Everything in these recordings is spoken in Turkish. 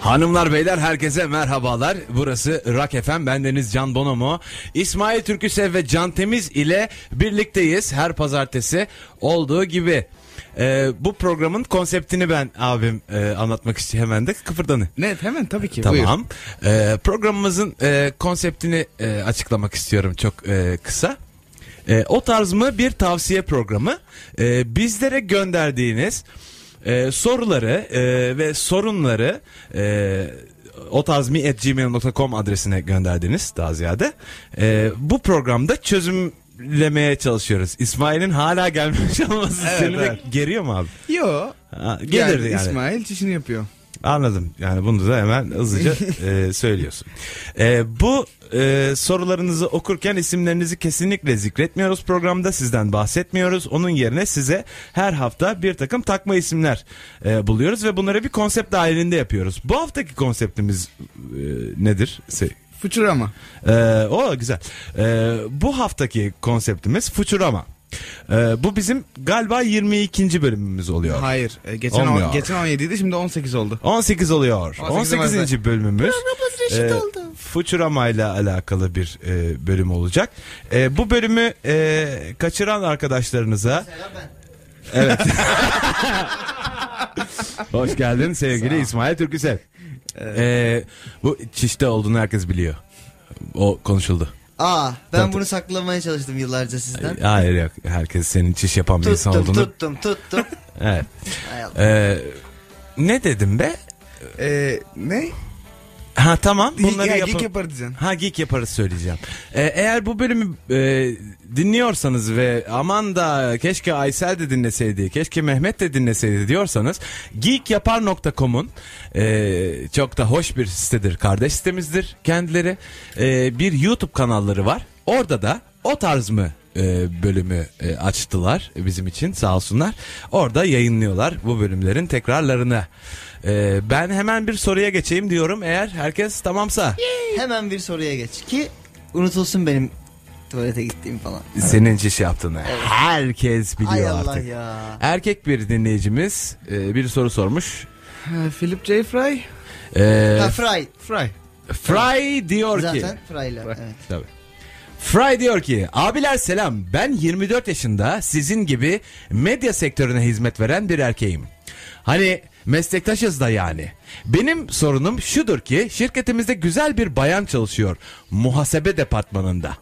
Hanımlar beyler herkese merhabalar. Burası Rock FM. Ben Deniz Can Bonomo. İsmail Türküsev ve Can Temiz ile birlikteyiz her pazartesi olduğu gibi. Ee, bu programın konseptini ben abim e, anlatmak istiyor hemen de kıpırdanı. Evet hemen tabii ki. Tamam. Ee, programımızın e, konseptini e, açıklamak istiyorum çok e, kısa. E, o tarz mı bir tavsiye programı. E, bizlere gönderdiğiniz e, soruları e, ve sorunları e, otazmi.gmail.com adresine gönderdiniz daha ziyade. E, bu programda çözümlemeye çalışıyoruz. İsmail'in hala gelmemiş olması Evet, seni de evet. geriyor mu abi? Yo. Ha, gelirdi yani. İsmail çişini yapıyor. Anladım. Yani bunu da hemen hızlıca e, söylüyorsun. E, bu e, sorularınızı okurken isimlerinizi kesinlikle zikretmiyoruz programda. Sizden bahsetmiyoruz. Onun yerine size her hafta bir takım takma isimler e, buluyoruz ve bunları bir konsept dahilinde yapıyoruz. Bu haftaki konseptimiz e, nedir? Se- Futurama. ee, o güzel. Ee, bu haftaki konseptimiz Futurama. Ee, bu bizim galiba 22. bölümümüz oluyor. Hayır. e, Geçen, on- Olmuyor. geçen 17 idi şimdi 18 oldu. 18 oluyor. 18 18. bölümümüz e, Futurama ile alakalı bir e, bölüm olacak. E, bu bölümü e, kaçıran arkadaşlarınıza Evet. Hoş geldin sevgili İsmail Türküsev. E, bu çişte olduğunu herkes biliyor. O konuşuldu. Aa ben Tabii. bunu saklamaya çalıştım yıllarca sizden. Hayır yok. Herkes senin çiş yapan bir insan Tuttum olduğunu. tuttum tuttum. Evet. Hay Allah. E, ne dedim be? E, ne? Ha tamam. Bunları Bunları ya, yapın- geek yapar diyeceksin. Ha geek yaparız söyleyeceğim. Ee, eğer bu bölümü e, dinliyorsanız ve aman da keşke Aysel de dinleseydi, keşke Mehmet de dinleseydi diyorsanız geekyapar.com'un e, çok da hoş bir sitedir. Kardeş sitemizdir kendileri. E, bir YouTube kanalları var. Orada da o tarz mı e, bölümü e, açtılar bizim için sağ olsunlar. Orada yayınlıyorlar bu bölümlerin tekrarlarını. E, ben hemen bir soruya geçeyim diyorum eğer herkes tamamsa. Hemen bir soruya geç ki unutulsun benim tuvalete gittiğim falan. Senin çiş yaptığını herkes biliyor Ay Allah artık. ya. Erkek bir dinleyicimiz e, bir soru sormuş. Ha, Philip J. Fry. E, Ha Fry. Fry. Fry diyor ki. Zaten Fry'la. Evet. Tabii. Fry diyor ki abiler selam ben 24 yaşında sizin gibi medya sektörüne hizmet veren bir erkeğim. Hani meslektaşız da yani. Benim sorunum şudur ki şirketimizde güzel bir bayan çalışıyor muhasebe departmanında.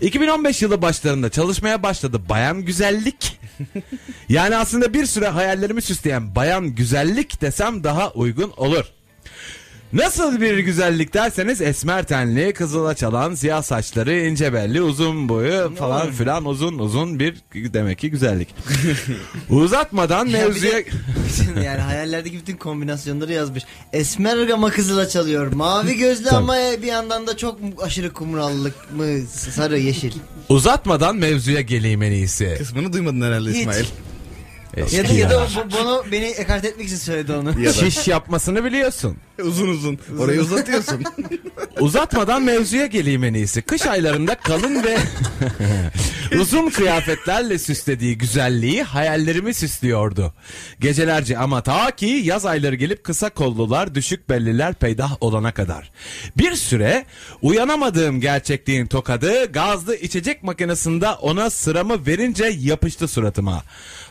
2015 yılı başlarında çalışmaya başladı bayan güzellik. yani aslında bir süre hayallerimi süsleyen bayan güzellik desem daha uygun olur. Nasıl bir güzellik derseniz esmer tenli, kızıla çalan, siyah saçları, ince belli, uzun boyu falan filan uzun uzun bir demek ki güzellik. Uzatmadan Ya bir mevzuya... de- Şimdi yani hayallerdeki bütün kombinasyonları yazmış. Esmer gama kızıla çalıyor. Mavi gözlü Tabii. ama bir yandan da çok aşırı kumrallık mı sarı yeşil. Uzatmadan mevzuya geleyim en iyisi. Kısmını duymadın herhalde Hiç. İsmail. Eski Ya da, ya da ya. bu- bunu beni ekart etmek için söyledi onu. Ya da- Şiş yapmasını biliyorsun. Uzun uzun. Orayı uzatıyorsun. Uzatmadan mevzuya geleyim en iyisi. Kış aylarında kalın ve uzun kıyafetlerle süslediği güzelliği hayallerimi süslüyordu. Gecelerce ama ta ki yaz ayları gelip kısa kollular, düşük belliler peydah olana kadar. Bir süre uyanamadığım gerçekliğin tokadı gazlı içecek makinesinde ona sıramı verince yapıştı suratıma.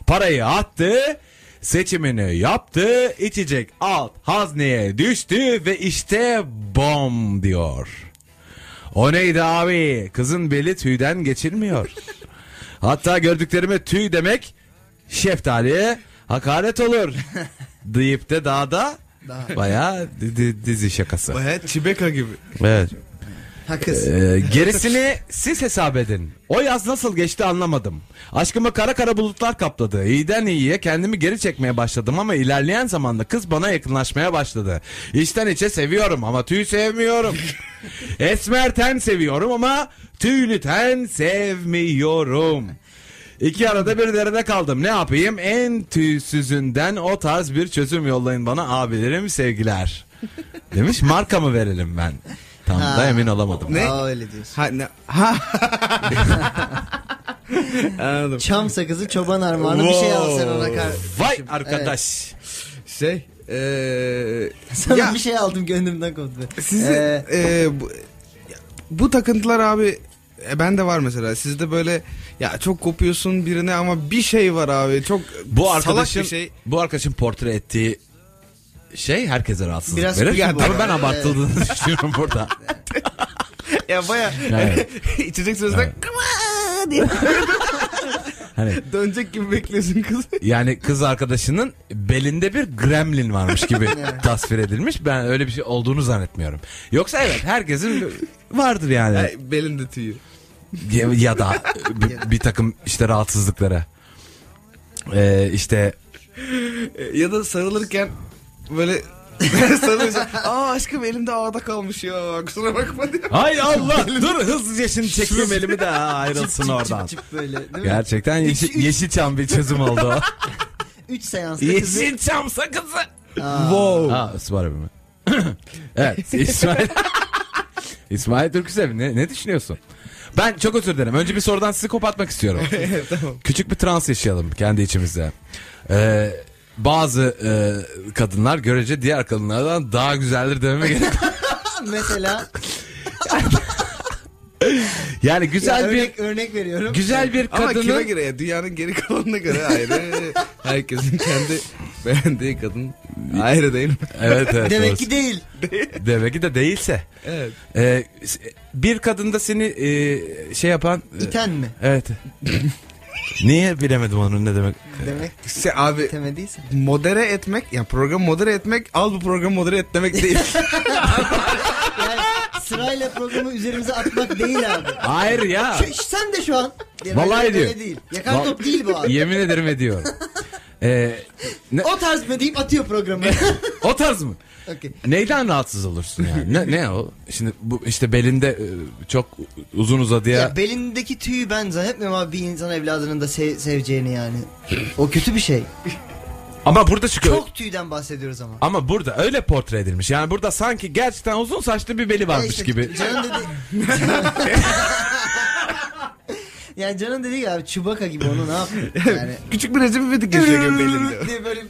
Parayı attı, seçimini yaptı, içecek alt hazneye düştü ve işte bom diyor. O neydi abi? Kızın beli tüyden geçilmiyor. Hatta gördüklerime tüy demek şeftaliye hakaret olur. deyip de daha da bayağı di- di- dizi şakası. Baya Çibeka gibi. Evet. Ha kız. Ee, gerisini siz hesap edin. O yaz nasıl geçti anlamadım. Aşkımı kara kara bulutlar kapladı. İyiden iyiye kendimi geri çekmeye başladım ama ilerleyen zamanda kız bana yakınlaşmaya başladı. İçten içe seviyorum ama tüy sevmiyorum. Esmer ten seviyorum ama tüylü ten sevmiyorum. İki arada bir derede kaldım. Ne yapayım? En tüysüzünden o tarz bir çözüm yollayın bana abilerim sevgiler. Demiş marka mı verelim ben? Tam da Ha. emin olamadım. Ne? Aa, öyle diyorsun. Ha, ne? ha. Anladım. Çam sakızı çoban armağanı bir şey al sen ona kar. Vay arkadaş. Şey Eee Sana ya bir şey aldım gönlümden koptu. sizi Ee, eee, e, bu, ya, bu takıntılar abi e, ben de var mesela. Sizde böyle ya çok kopuyorsun birine ama bir şey var abi. Çok Bu salak arkadaşın bir şey. bu arkadaşın portre ettiği şey herkese rahatsızlık Biraz verir. kıyı bu Ama ben arada. abartıldığını düşünüyorum burada. Ya baya Evet. içecek sözden "Kıvaa!" diye Hani dönecek gibi bekliyorsun kız. yani kız arkadaşının belinde bir gremlin varmış gibi tasvir edilmiş. Ben öyle bir şey olduğunu zannetmiyorum. Yoksa evet herkesin vardır yani. Ay, belinde tüyü. ya, ya da bir, bir takım işte rahatsızlıklara. Ee, işte E, Ya da sarılırken böyle sarılırken aa aşkım elimde ağda kalmış ya kusura bakma diyor. ay Allah dur hızlıca şimdi çekeyim elimi de ha, Çıp çıp ayrılsın çıp oradan. çıp böyle değil mi? Gerçekten yeşil, Yeşilçam bir çözüm oldu. Üç seansta kızı. Yeşilçam sakızı. Aa, Wow. Aa ısmar abi mi? evet İsmail. İsmail Türküsev ne, ne düşünüyorsun? Ben çok özür dilerim. Önce bir sorudan sizi kopatmak istiyorum. Küçük bir trans yaşayalım kendi içimizde. Ee, bazı e, kadınlar görece diğer kadınlardan daha güzeldir dememe gerek yok. Mesela Yani güzel ya bir örnek, örnek veriyorum. güzel bir Ama kime kadının göre ya? Dünyanın geri kalanına göre ayrı. Herkesin kendi beğendiği kadın ayrı değil mi? evet, evet, Demek doğru. ki değil. demek ki de değilse Evet. Ee, s- bir kadında seni e, şey yapan e, İten mi? Evet. Niye bilemedim onun ne demek? Demek Se- abi itemediyse. modere etmek ya program modere etmek al bu programı modere et demek değil. Yani sırayla programı üzerimize atmak değil abi. Hayır ya. Şu- sen de şu an. Ya Vallahi böyle- böyle diyor. değil. Yakan Val- top değil bu abi. Yemin ederim ediyorum. Ee, ne- O tarz mı deyip atıyor programı. o tarz mı? Okey. Neyden rahatsız olursun yani? Ne, ne o? Şimdi bu işte belinde e, çok uzun uzadıya Ya belindeki tüyü ben zannetmiyorum abi bir insan evladının da sev- seveceğini yani. O kötü bir şey. ama burada şu Çok tüyden bahsediyoruz ama. ama burada öyle portre edilmiş. Yani burada sanki gerçekten uzun saçlı bir beli varmış Ya işte gibi. Can'ın dedi... yani Can'ın dediği gibi abi Çubaka gibi onu ne yapıyor yani. Küçük bir Recep İvedik geçiyor gibi belinde. diye böyle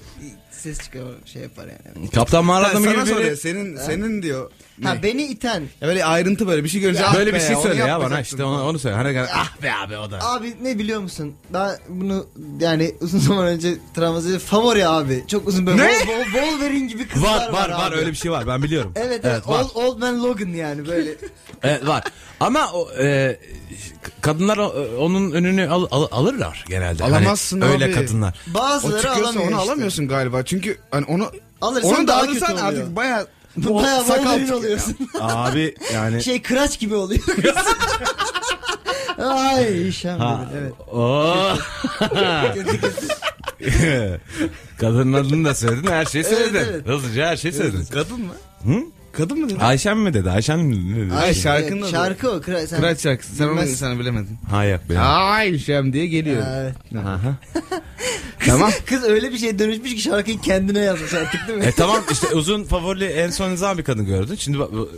ses çıkıyor şey yapar yani. Kaptan mağara Sana adamı gibi biri- soruyor senin senin diyor. Ne? Ha beni iten. Ya böyle ayrıntı böyle bir şey göreceğim. Böyle bir şey söyle ya bana işte onu, onu söyle. Hani ah be abi o da. Abi ne biliyor musun? Ben bunu yani uzun zaman önce travmazı favori abi. Çok uzun böyle. Ne? Wol- Wol- Wolverine gibi kızlar var. Var var var abi. öyle bir şey var ben biliyorum. Evet, evet, var. old, old Man Logan yani böyle. Evet var. Ama o, e, kadınlar o- onun önünü al- al- alırlar genelde. Alamazsın Hani Öyle abi. kadınlar. O Bazıları çıkıyorsa alamıyor onu işte. alamıyorsun galiba. Çünkü hani onu Alırsan onu da daha alırsan kötü oluyor. artık baya Bayağı sakal Wolverine çıkıyor. oluyorsun. Abi yani. Şey E- kıraç gibi oluyor. Ay işem Ha, dedi, evet. Oo. Kadının adını da söyledin her şeyi Evet, söyledin. evet. Hızlıca her şeyi söyledin. Kadın mı? Hı? Kadın mı dedin? Ayşen mi dedi? Ayşen mi dedi? Ay, şarkının evet, adı. Şarkı o. Kıraç. sen- Kıraç şarkısı. Sen onu Bilmez. sen bilemedin. Ha yok benim. Ay Şem diye geliyor. Evet. Aha. tamam. Kız öyle bir şey dönüşmüş ki şarkıyı kendine yazmış artık değil mi? E tamam işte uzun favorili en son ne zaman bir kadın gördün? Şimdi bak, bu-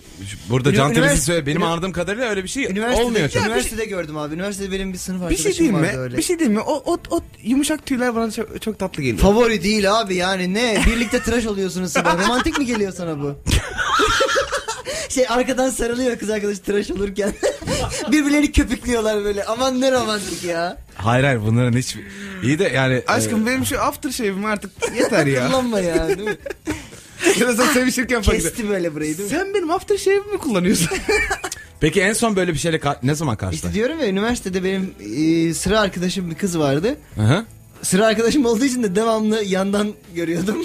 burada Can Ünivers- Temiz'i söyle. Benim Ünivers- anladığım kadarıyla öyle bir şey Üniversitede, olmuyor çok. üniversitede gördüm abi. Üniversitede benim bir sınıf Bir arkadaşım şey diyeyim vardı mi? öyle. Bir şey diyeyim mi? O, o, o yumuşak tüyler bana çok, çok tatlı geliyor. Favori değil abi yani ne? Birlikte tıraş oluyorsunuz sabah. Romantik mi geliyor sana bu? şey arkadan sarılıyor kız arkadaşı tıraş olurken. Birbirlerini köpükliyorlar böyle. Aman ne romantik ya. Hayır hayır bunların hiç iyi de yani e, Aşkım benim şu after shave'im artık yeter ya. Kullanma ya değil mi? Biraz da sevişirken fark ettim. Kesti böyle burayı değil mi? Sen benim after shave'imi mi kullanıyorsun? e, peki en son böyle bir şeyle ka- ne zaman İşte karşılaştın? diyorum ya üniversitede benim e, sıra arkadaşım bir kız vardı. Hı Sıra arkadaşım olduğu için de devamlı yandan görüyordum.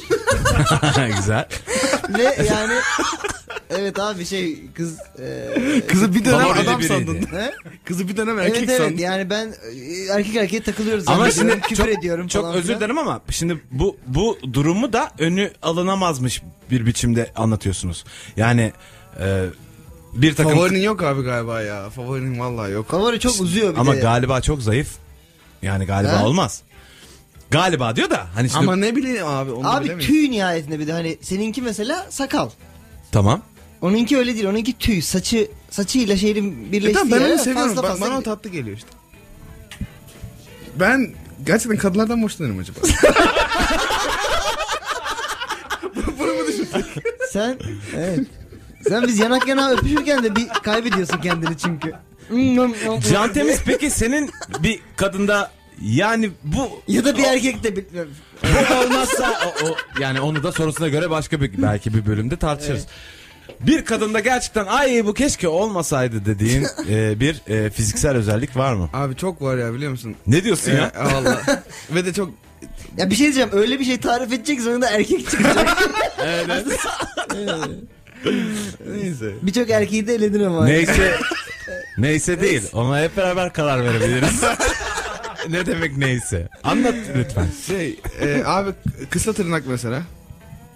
hı. Güzel. Ve yani evet abi şey kız e, Kızı bir dönem Favorili adam biriydi. sandın. he? Kızı bir dönem Evet erkek evet sandın. yani ben e, erkek erkeğe takılıyoruz. ama zannediyorum, şimdi küfür çok, ediyorum çok falan. özür filan. dilerim ama şimdi bu bu durumu da önü alınamazmış bir biçimde anlatıyorsunuz. Yani e, bir takım Favorinin yok abi galiba ya. Favorinin vallahi yok. Favori çok uzuyor bir ama de. galiba çok zayıf. Yani galiba Ha? olmaz. Galiba diyor da hani şimdi Ama ne bileyim abi onu Abi bilemeyiz. tüy nihayetinde bir de hani seninki mesela sakal. tamam. Onunki öyle değil. Onunki tüy. Saçı saçıyla şeyin birleştiği E tamam, ben yerler onu seviyorum. Fazla Ba- fazla bana o gidiyor. tatlı geliyor işte. Ben gerçekten kadınlardan mı hoşlanırım acaba. Sen evet. Sen biz yanak yana öpüşürken de bir kaybediyorsun kendini çünkü. Can Temiz peki senin bir kadında yani bu ya da bir erkek de bilmiyorum. bu olmazsa o, o- yani onu da sorusuna göre başka bir belki bir bölümde tartışırız. Bir kadında gerçekten ay bu keşke olmasaydı dediğin e, bir e, fiziksel özellik var mı? Abi çok var ya biliyor musun? Ne diyorsun ya? Ee, Valla. Ve de çok Ya bir şey diyeceğim öyle bir şey tarif edecek zorunda erkek çıkacak. Evet. Birçok erkeği de eledin ama. Neyse neyse değil. Ona hep beraber karar verebiliriz. ne demek neyse? Anlat lütfen. şey e, abi kısa tırnak mesela.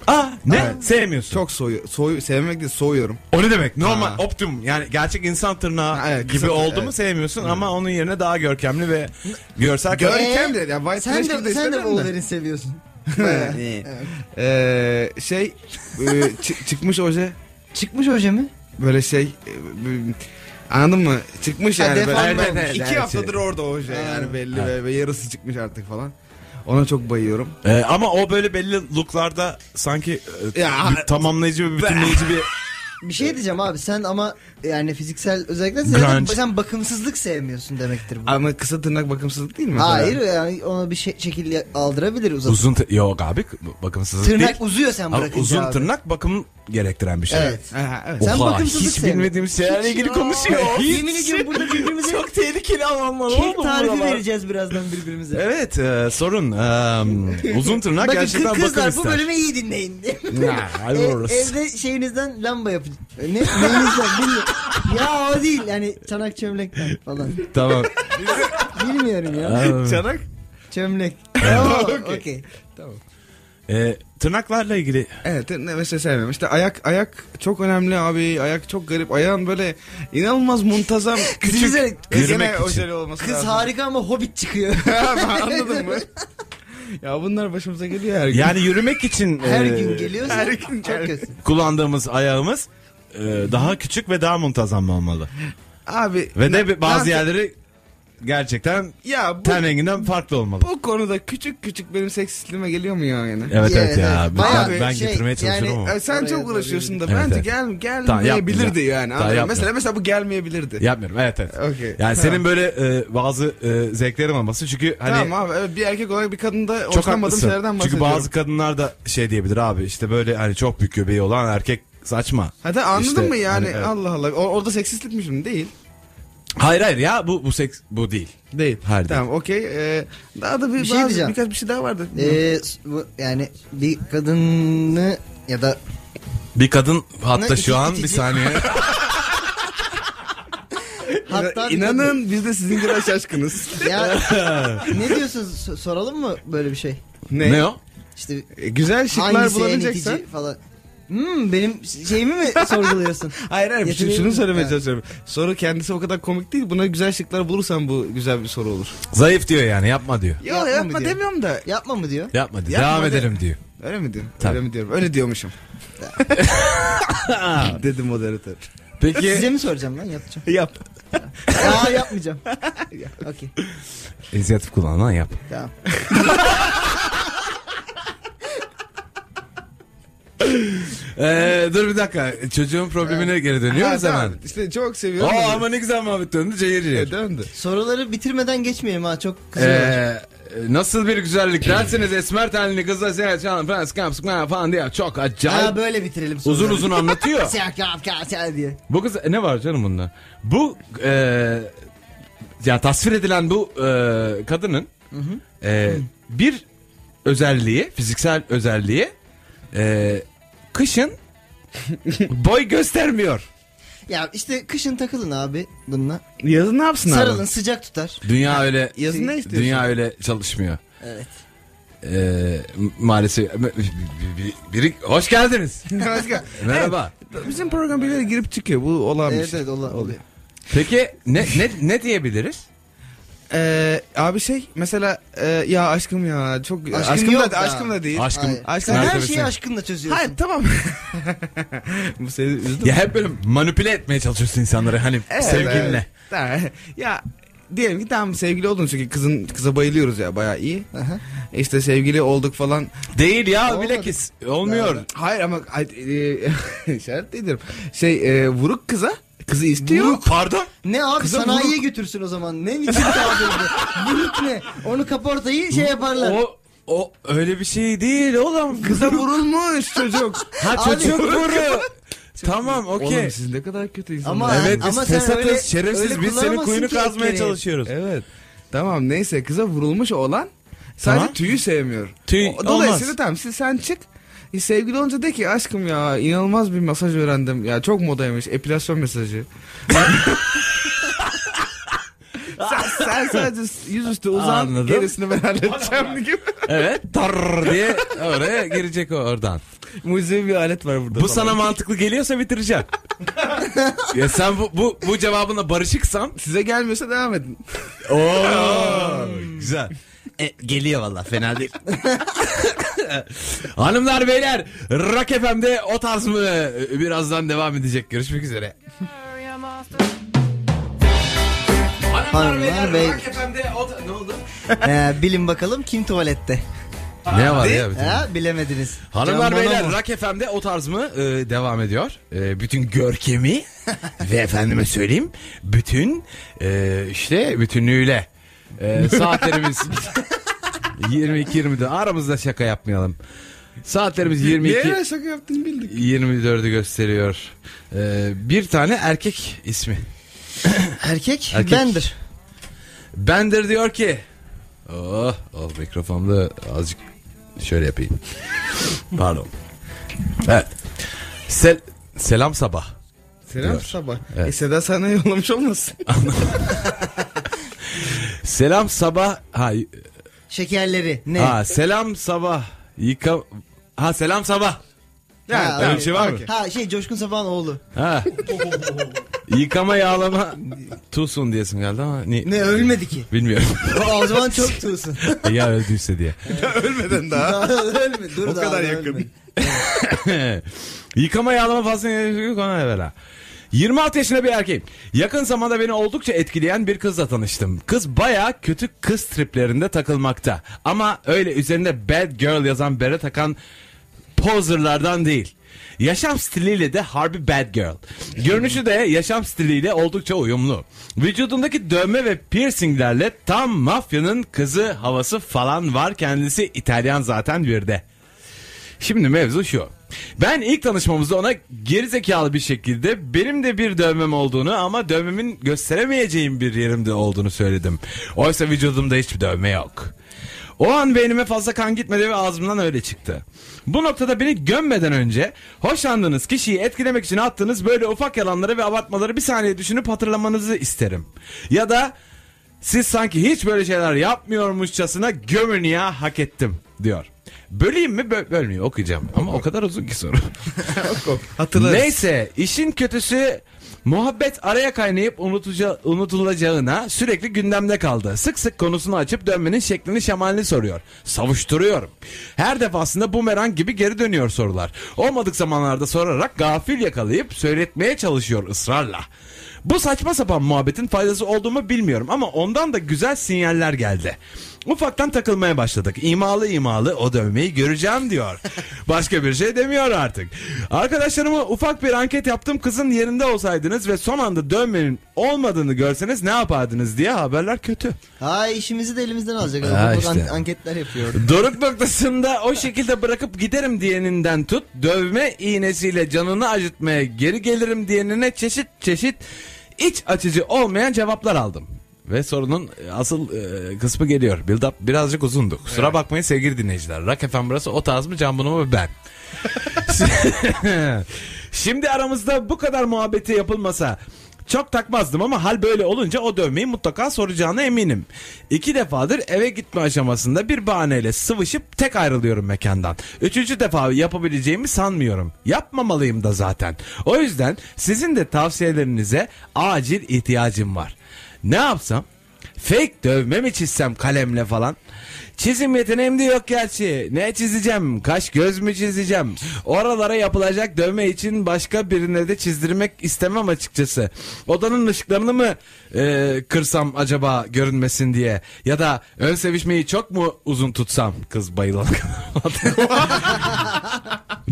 Aa ne? Sevmiyorsun. Çok soyu, soyu sevmek değil soğuyorum. O ne demek? Normal Ha. optimum. Yani gerçek insan tırnağı Ha, evet, gibi kısa tır- oldu mu evet. sevmiyorsun ama onun yerine daha görkemli ve görsel Gör- kal- Erken de ya, white sen trash gibi Ee, de, de sen de istemem de. Wolverine seviyorsun. Hani Ee, şey e, çı- çıkmış oje Çıkmış oje mi? böyle şey e, b- anladın mı? Çıkmış Ha, yani. böyle. deforme Evet, evet, İki evet. haftadır orada oje yani belli ve, ve yarısı çıkmış artık falan. Ona çok bayıyorum. Ee, ama o böyle belli looklarda sanki e, Ya. bir tamamlayıcı ve bütünleyici bir Bir şey diyeceğim abi sen ama yani fiziksel özellikler sen, Grunge. sen bakımsızlık sevmiyorsun demektir bu. Ama kısa tırnak bakımsızlık değil mi? mesela? Hayır yani ona bir şey, şekil aldırabilir uzat. uzun tı- yok abi bakımsızlık Tırnak değil. uzuyor sen Ama bırakınca uzun abi. tırnak bakım gerektiren bir şey. Evet. Ha, evet. Sen Oha, bakımsızlık hiç sevmiyorsun. bilmediğimiz şeylerle ilgili konuşuyor. Yemin ediyorum burada birbirimize Çok tehlikeli alanlar kek tarifi vereceğiz birazdan birbirimize. Evet e, sorun e, uzun tırnak Bakın gerçekten kız- kızlar bakım bu ister. bölümü iyi dinleyin. Nah, E, alıyoruz. evde şeyinizden lamba yapın. E, Ne, neyinizden bilmiyorum. ya o değil yani çanak çömlekten falan. Tamam. Bilmiyorum ya. Abi. Çanak. Çömlek. Tamam, okey. E, tırnaklarla ilgili Evet ne- mesela sevmem. İşte ayak ayak çok önemli abi. Ayak çok garip. Ayağın böyle inanılmaz muntazam. Kız güzel. Kız Kız, yine Yürümek için. ojeli olması kız lazım. harika ama hobbit çıkıyor. Anladın mı? ya bunlar başımıza geliyor her gün. yani yürümek için Her e, gün geliyorsa her gün çok gel- kötü. kullandığımız ayağımız e, daha küçük ve daha muntazam olmalı. Abi Ve de ne- bazı ne- yerleri gerçekten ya bu, ten renginden farklı olmalı. bu konuda küçük küçük benim seksistliğime geliyor mu ya yani? Evet Yeah, evet ya. evet. Ben- Bayağı ben, bir şey, getirmeye çalışıyorum yani- ama. Ay, sen Oraya çok uğraşıyorsun da doğru. bence Evet, gel Tamam, gelmeyebilirdi yapmayacağım. yani. Tamam, anladın mı? yapmayacağım. mesela mesela bu gelmeyebilirdi. Yapmıyorum evet evet. Okey. Yani Tamam. senin böyle e, bazı e, zevklerin olması çünkü hani tamam abi evet, bir erkek olarak bir kadında çok hoşlanmadığım haklısın. şeylerden bahsediyorum. Çünkü bazı kadınlar da şey diyebilir abi işte böyle hani çok büyük göbeği olan erkek saçma. Hatta anladın İşte, mı yani hani, evet. Allah Allah O- orada seksistlik mi şimdi değil. Hayır hayır ya bu bu seks bu değil. Değil. Hayır Tamam okey. Ee, daha da bir, Bir şey bazı- diyeceğim. birkaç bir şey daha vardı. Ee, s- bu- yani bir kadını ya da Bir kadın hatta Ne, itici, şu an bir itici. saniye. hatta bir İnanın biz de sizin kadar şaşkınız. kadın- ya ne diyorsunuz So- soralım mı böyle bir şey? ne? o? İşte E, güzel şıklar hangisi en bulabileceksen. itici falan. Hmm, benim şeyimi mi sorguluyorsun? Hayır hayır Yeteneği şunu, şunu mi? söylemeye Ha. çalışıyorum. Soru kendisi o kadar komik değil. Buna güzel şıklar bulursan bu güzel bir soru olur. Zayıf diyor yani yapma diyor. Yo Yapma yapma, mı diyor? demiyorum da. Yapma mı diyor? Yapma diyor. Yapma Devam de- edelim diyor. Öyle mi diyorum? Tabii. Öyle mi diyorum? Öyle diyormuşum. Dedi moderatör. Peki Size mi soracağım lan yapacağım. Yap. Aa yapmayacağım. Okey inisiyatif kullanan yap. tamam. Ee, dur bir dakika çocuğun problemine geri dönüyoruz Ha, hemen. tamam. İşte çok Oo seviyorum. ama ne güzel muhabbet döndü cayır E, cayır. döndü. Soruları bitirmeden geçmeyelim ha çok kızıyorum. Ee, nasıl bir güzellik derseniz esmer tenli kızla seyir çalan prens kamp sıkma falan diye çok Ha acayip böyle bitirelim soruları. uzun uzun anlatıyor. Siyah kağıt kağıt siyah diye. bu kız ne var canım bunda? Bu e, ya tasvir edilen bu e, kadının e, bir özelliği fiziksel özelliği e, kışın boy göstermiyor. Ya işte kışın takılın abi bununla. Yazın ne yapsın Sarılın abi? Şey, sıcak tutar. Dünya öyle Yazın ne istiyorsun? dünya öyle çalışmıyor. Evet. E, maalesef biri hoş geldiniz. Başka. Merhaba. Bizim program birileri girip çıkıyor. Bu olan bir Evet şey. evet ola- oluyor. Peki ne ne ne diyebiliriz? Ee, abi şey mesela e, ya aşkım ya çok aşkım, yok da, da. aşkım da değil. Aşkım. Hayır. aşkım Sen her mertebesi. şeyi aşkınla çözüyorsun. Hayır tamam. Bu seni üzdü. mü? Ya hep böyle manipüle etmeye çalışıyorsun insanları hani Evet, sevgilinle. evet. Tamam. Ya diyelim ki tamam sevgili oldun çünkü kızın kıza bayılıyoruz ya bayağı iyi. Aha. İşte sevgili olduk falan. Değil ya Olmadı. bilakis. Olmuyor. Hayır ama ay, e, işaret ediyorum. Şey e, vuruk kıza kızı istiyor. Yok. Pardon. Ne abi Kızım sanayiye vuruk- götürsün o zaman. Ne niçin tabirdi? Vuruk ne? Onu kaportayı şey yaparlar. O o öyle bir şey değil oğlum. Kıza vurulmuş çocuk. Ha Abi- çocuk vuru. tamam okey. Oğlum siz ne kadar kötü Ama- insanlar. Evet biz Ama sen fesatız öyle- şerefsiz öyle biz senin kullanamazsın kuyunu ki kazmaya etkeni. çalışıyoruz. Evet. Tamam neyse kıza vurulmuş olan sadece Tamam. tüyü sevmiyor. Tüy, O- Dolayısıyla olmaz. tamam siz sen çık. E, sevgili olunca de ki aşkım ya inanılmaz bir mesaj öğrendim. Ya çok modaymış epilasyon mesajı. sen, sen sadece yüzüstü uzan Anladım. gerisini ben halledeceğim gibi. Evet tar diye oraya girecek o oradan. Mucizevi bir alet var burada. Bu sana mantıklı geliyorsa bitireceğim. ya sen bu, bu, bu cevabına barışıksan Size gelmiyorsa devam edin. Oo, güzel. E, geliyor valla fena değil. Hanımlar beyler Rock FM'de o tarz mı? Birazdan devam edecek. Görüşmek üzere. Hanımlar, bey- FM'de o ta- Ne oldu? Ee, bilin bakalım kim tuvalette. Ne var ya? bütün- Ha, bilemediniz. Hanımlar Can beyler Bonomo. Rock FM'de o tarz mı Ee, devam ediyor. Ee, bütün görkemi ve efendime söyleyeyim bütün e, işte bütünlüğüyle Ee, saatlerimiz 22-24 aramızda şaka yapmayalım. Saatlerimiz 22 Niye öyle şaka yaptığını bildik. 24'ü gösteriyor. Ee, bir tane erkek ismi. Erkek, Erkek. bendir. Bender diyor ki Oh, oh mikrofonda azıcık şöyle yapayım. Pardon. Evet. Sel selam sabah. Selam Diyor. sabah. Evet. E, Seda sana yollamış olmasın? Selam sabah. Ha, y- Şekerleri ne? ha selam sabah. Yıka Ha selam sabah. Yani, Ha, tamam. öyle bir şey var mı? Okey. Ha şey Coşkun Sabah'ın oğlu. Ha. Yıkama yağlama tusun diyesin geldi ama ni- Ne ölmedi ki. Bilmiyorum. O, o zaman çok tuğsun. ya öldüyse diye. Ölmeden daha. Daha ölmedi. Dur O daha kadar da yakın. ölmedi. Yıkama yağlama fazla yok ona evvela. 26 yaşında bir erkeğim. Yakın zamanda beni oldukça etkileyen bir kızla tanıştım. Kız baya kötü kız triplerinde takılmakta. Ama öyle üzerinde bad girl yazan bere takan poserlardan değil. Yaşam stiliyle de harbi bad girl. Görünüşü de yaşam stiliyle oldukça uyumlu. Vücudundaki dövme ve piercinglerle tam mafyanın kızı havası falan var. Kendisi İtalyan zaten bir de. Şimdi mevzu şu. Ben ilk tanışmamızda ona gerizekalı bir şekilde benim de bir dövmem olduğunu ama dövmemin gösteremeyeceğim bir yerimde olduğunu söyledim. Oysa vücudumda hiçbir dövme yok. O an beynime fazla kan gitmedi ve ağzımdan öyle çıktı. Bu noktada beni gömmeden önce hoşlandığınız kişiyi etkilemek için attığınız böyle ufak yalanları ve abartmaları bir saniye düşünüp hatırlamanızı isterim. Ya da siz sanki hiç böyle şeyler yapmıyormuşçasına gömün ya hak ettim diyor. Böleyim mi? Bö- bölmeyeyim okuyacağım. Ama o kadar uzun ki soru. Hatırlarız. Neyse işin kötüsü muhabbet araya kaynayıp unutuca- unutulacağına sürekli gündemde kaldı. Sık sık konusunu açıp dönmenin şeklini şemalini soruyor. Savuşturuyorum. Her defasında bumerang gibi geri dönüyor sorular. Olmadık zamanlarda sorarak gafil yakalayıp söyletmeye çalışıyor ısrarla. Bu saçma sapan muhabbetin faydası olduğumu bilmiyorum ama ondan da güzel sinyaller geldi. Ufaktan takılmaya başladık. İmalı imalı o dövmeyi göreceğim diyor. Başka bir şey demiyor artık. Arkadaşlarıma ufak bir anket yaptım. Kızın yerinde olsaydınız ve son anda dövmenin olmadığını görseniz ne yapardınız diye haberler kötü. Ha işimizi de elimizden alacak. Ha, Ha, işte. anketler yapıyor. Doruk noktasında o şekilde bırakıp giderim diyeninden tut, dövme iğnesiyle canını acıtmaya geri gelirim diyenine çeşit çeşit iç açıcı olmayan cevaplar aldım. Ve sorunun e, asıl e, kısmı geliyor. Build up birazcık uzundu. Kusura bakmayın sevgili dinleyiciler. Rock FM burası o tarz mı, Can Bonomo ve ben. Şimdi aramızda bu kadar muhabbeti yapılmasa çok takmazdım ama hal böyle olunca o dövmeyi mutlaka soracağına eminim. İki defadır eve gitme aşamasında bir bahaneyle sıvışıp tek ayrılıyorum mekandan. Üçüncü defa yapabileceğimi sanmıyorum. Yapmamalıyım da zaten. O yüzden sizin de tavsiyelerinize acil ihtiyacım var. Ne yapsam? Fake dövme mi çizsem kalemle falan? Çizim yeteneğim de yok gerçi. Ne çizeceğim? Kaş göz mü çizeceğim? Oralara yapılacak dövme için başka birine de çizdirmek istemem açıkçası. Odanın ışıklarını mı e, kırsam acaba görünmesin diye? Ya da ön sevişmeyi çok mu uzun tutsam? Kız bayılan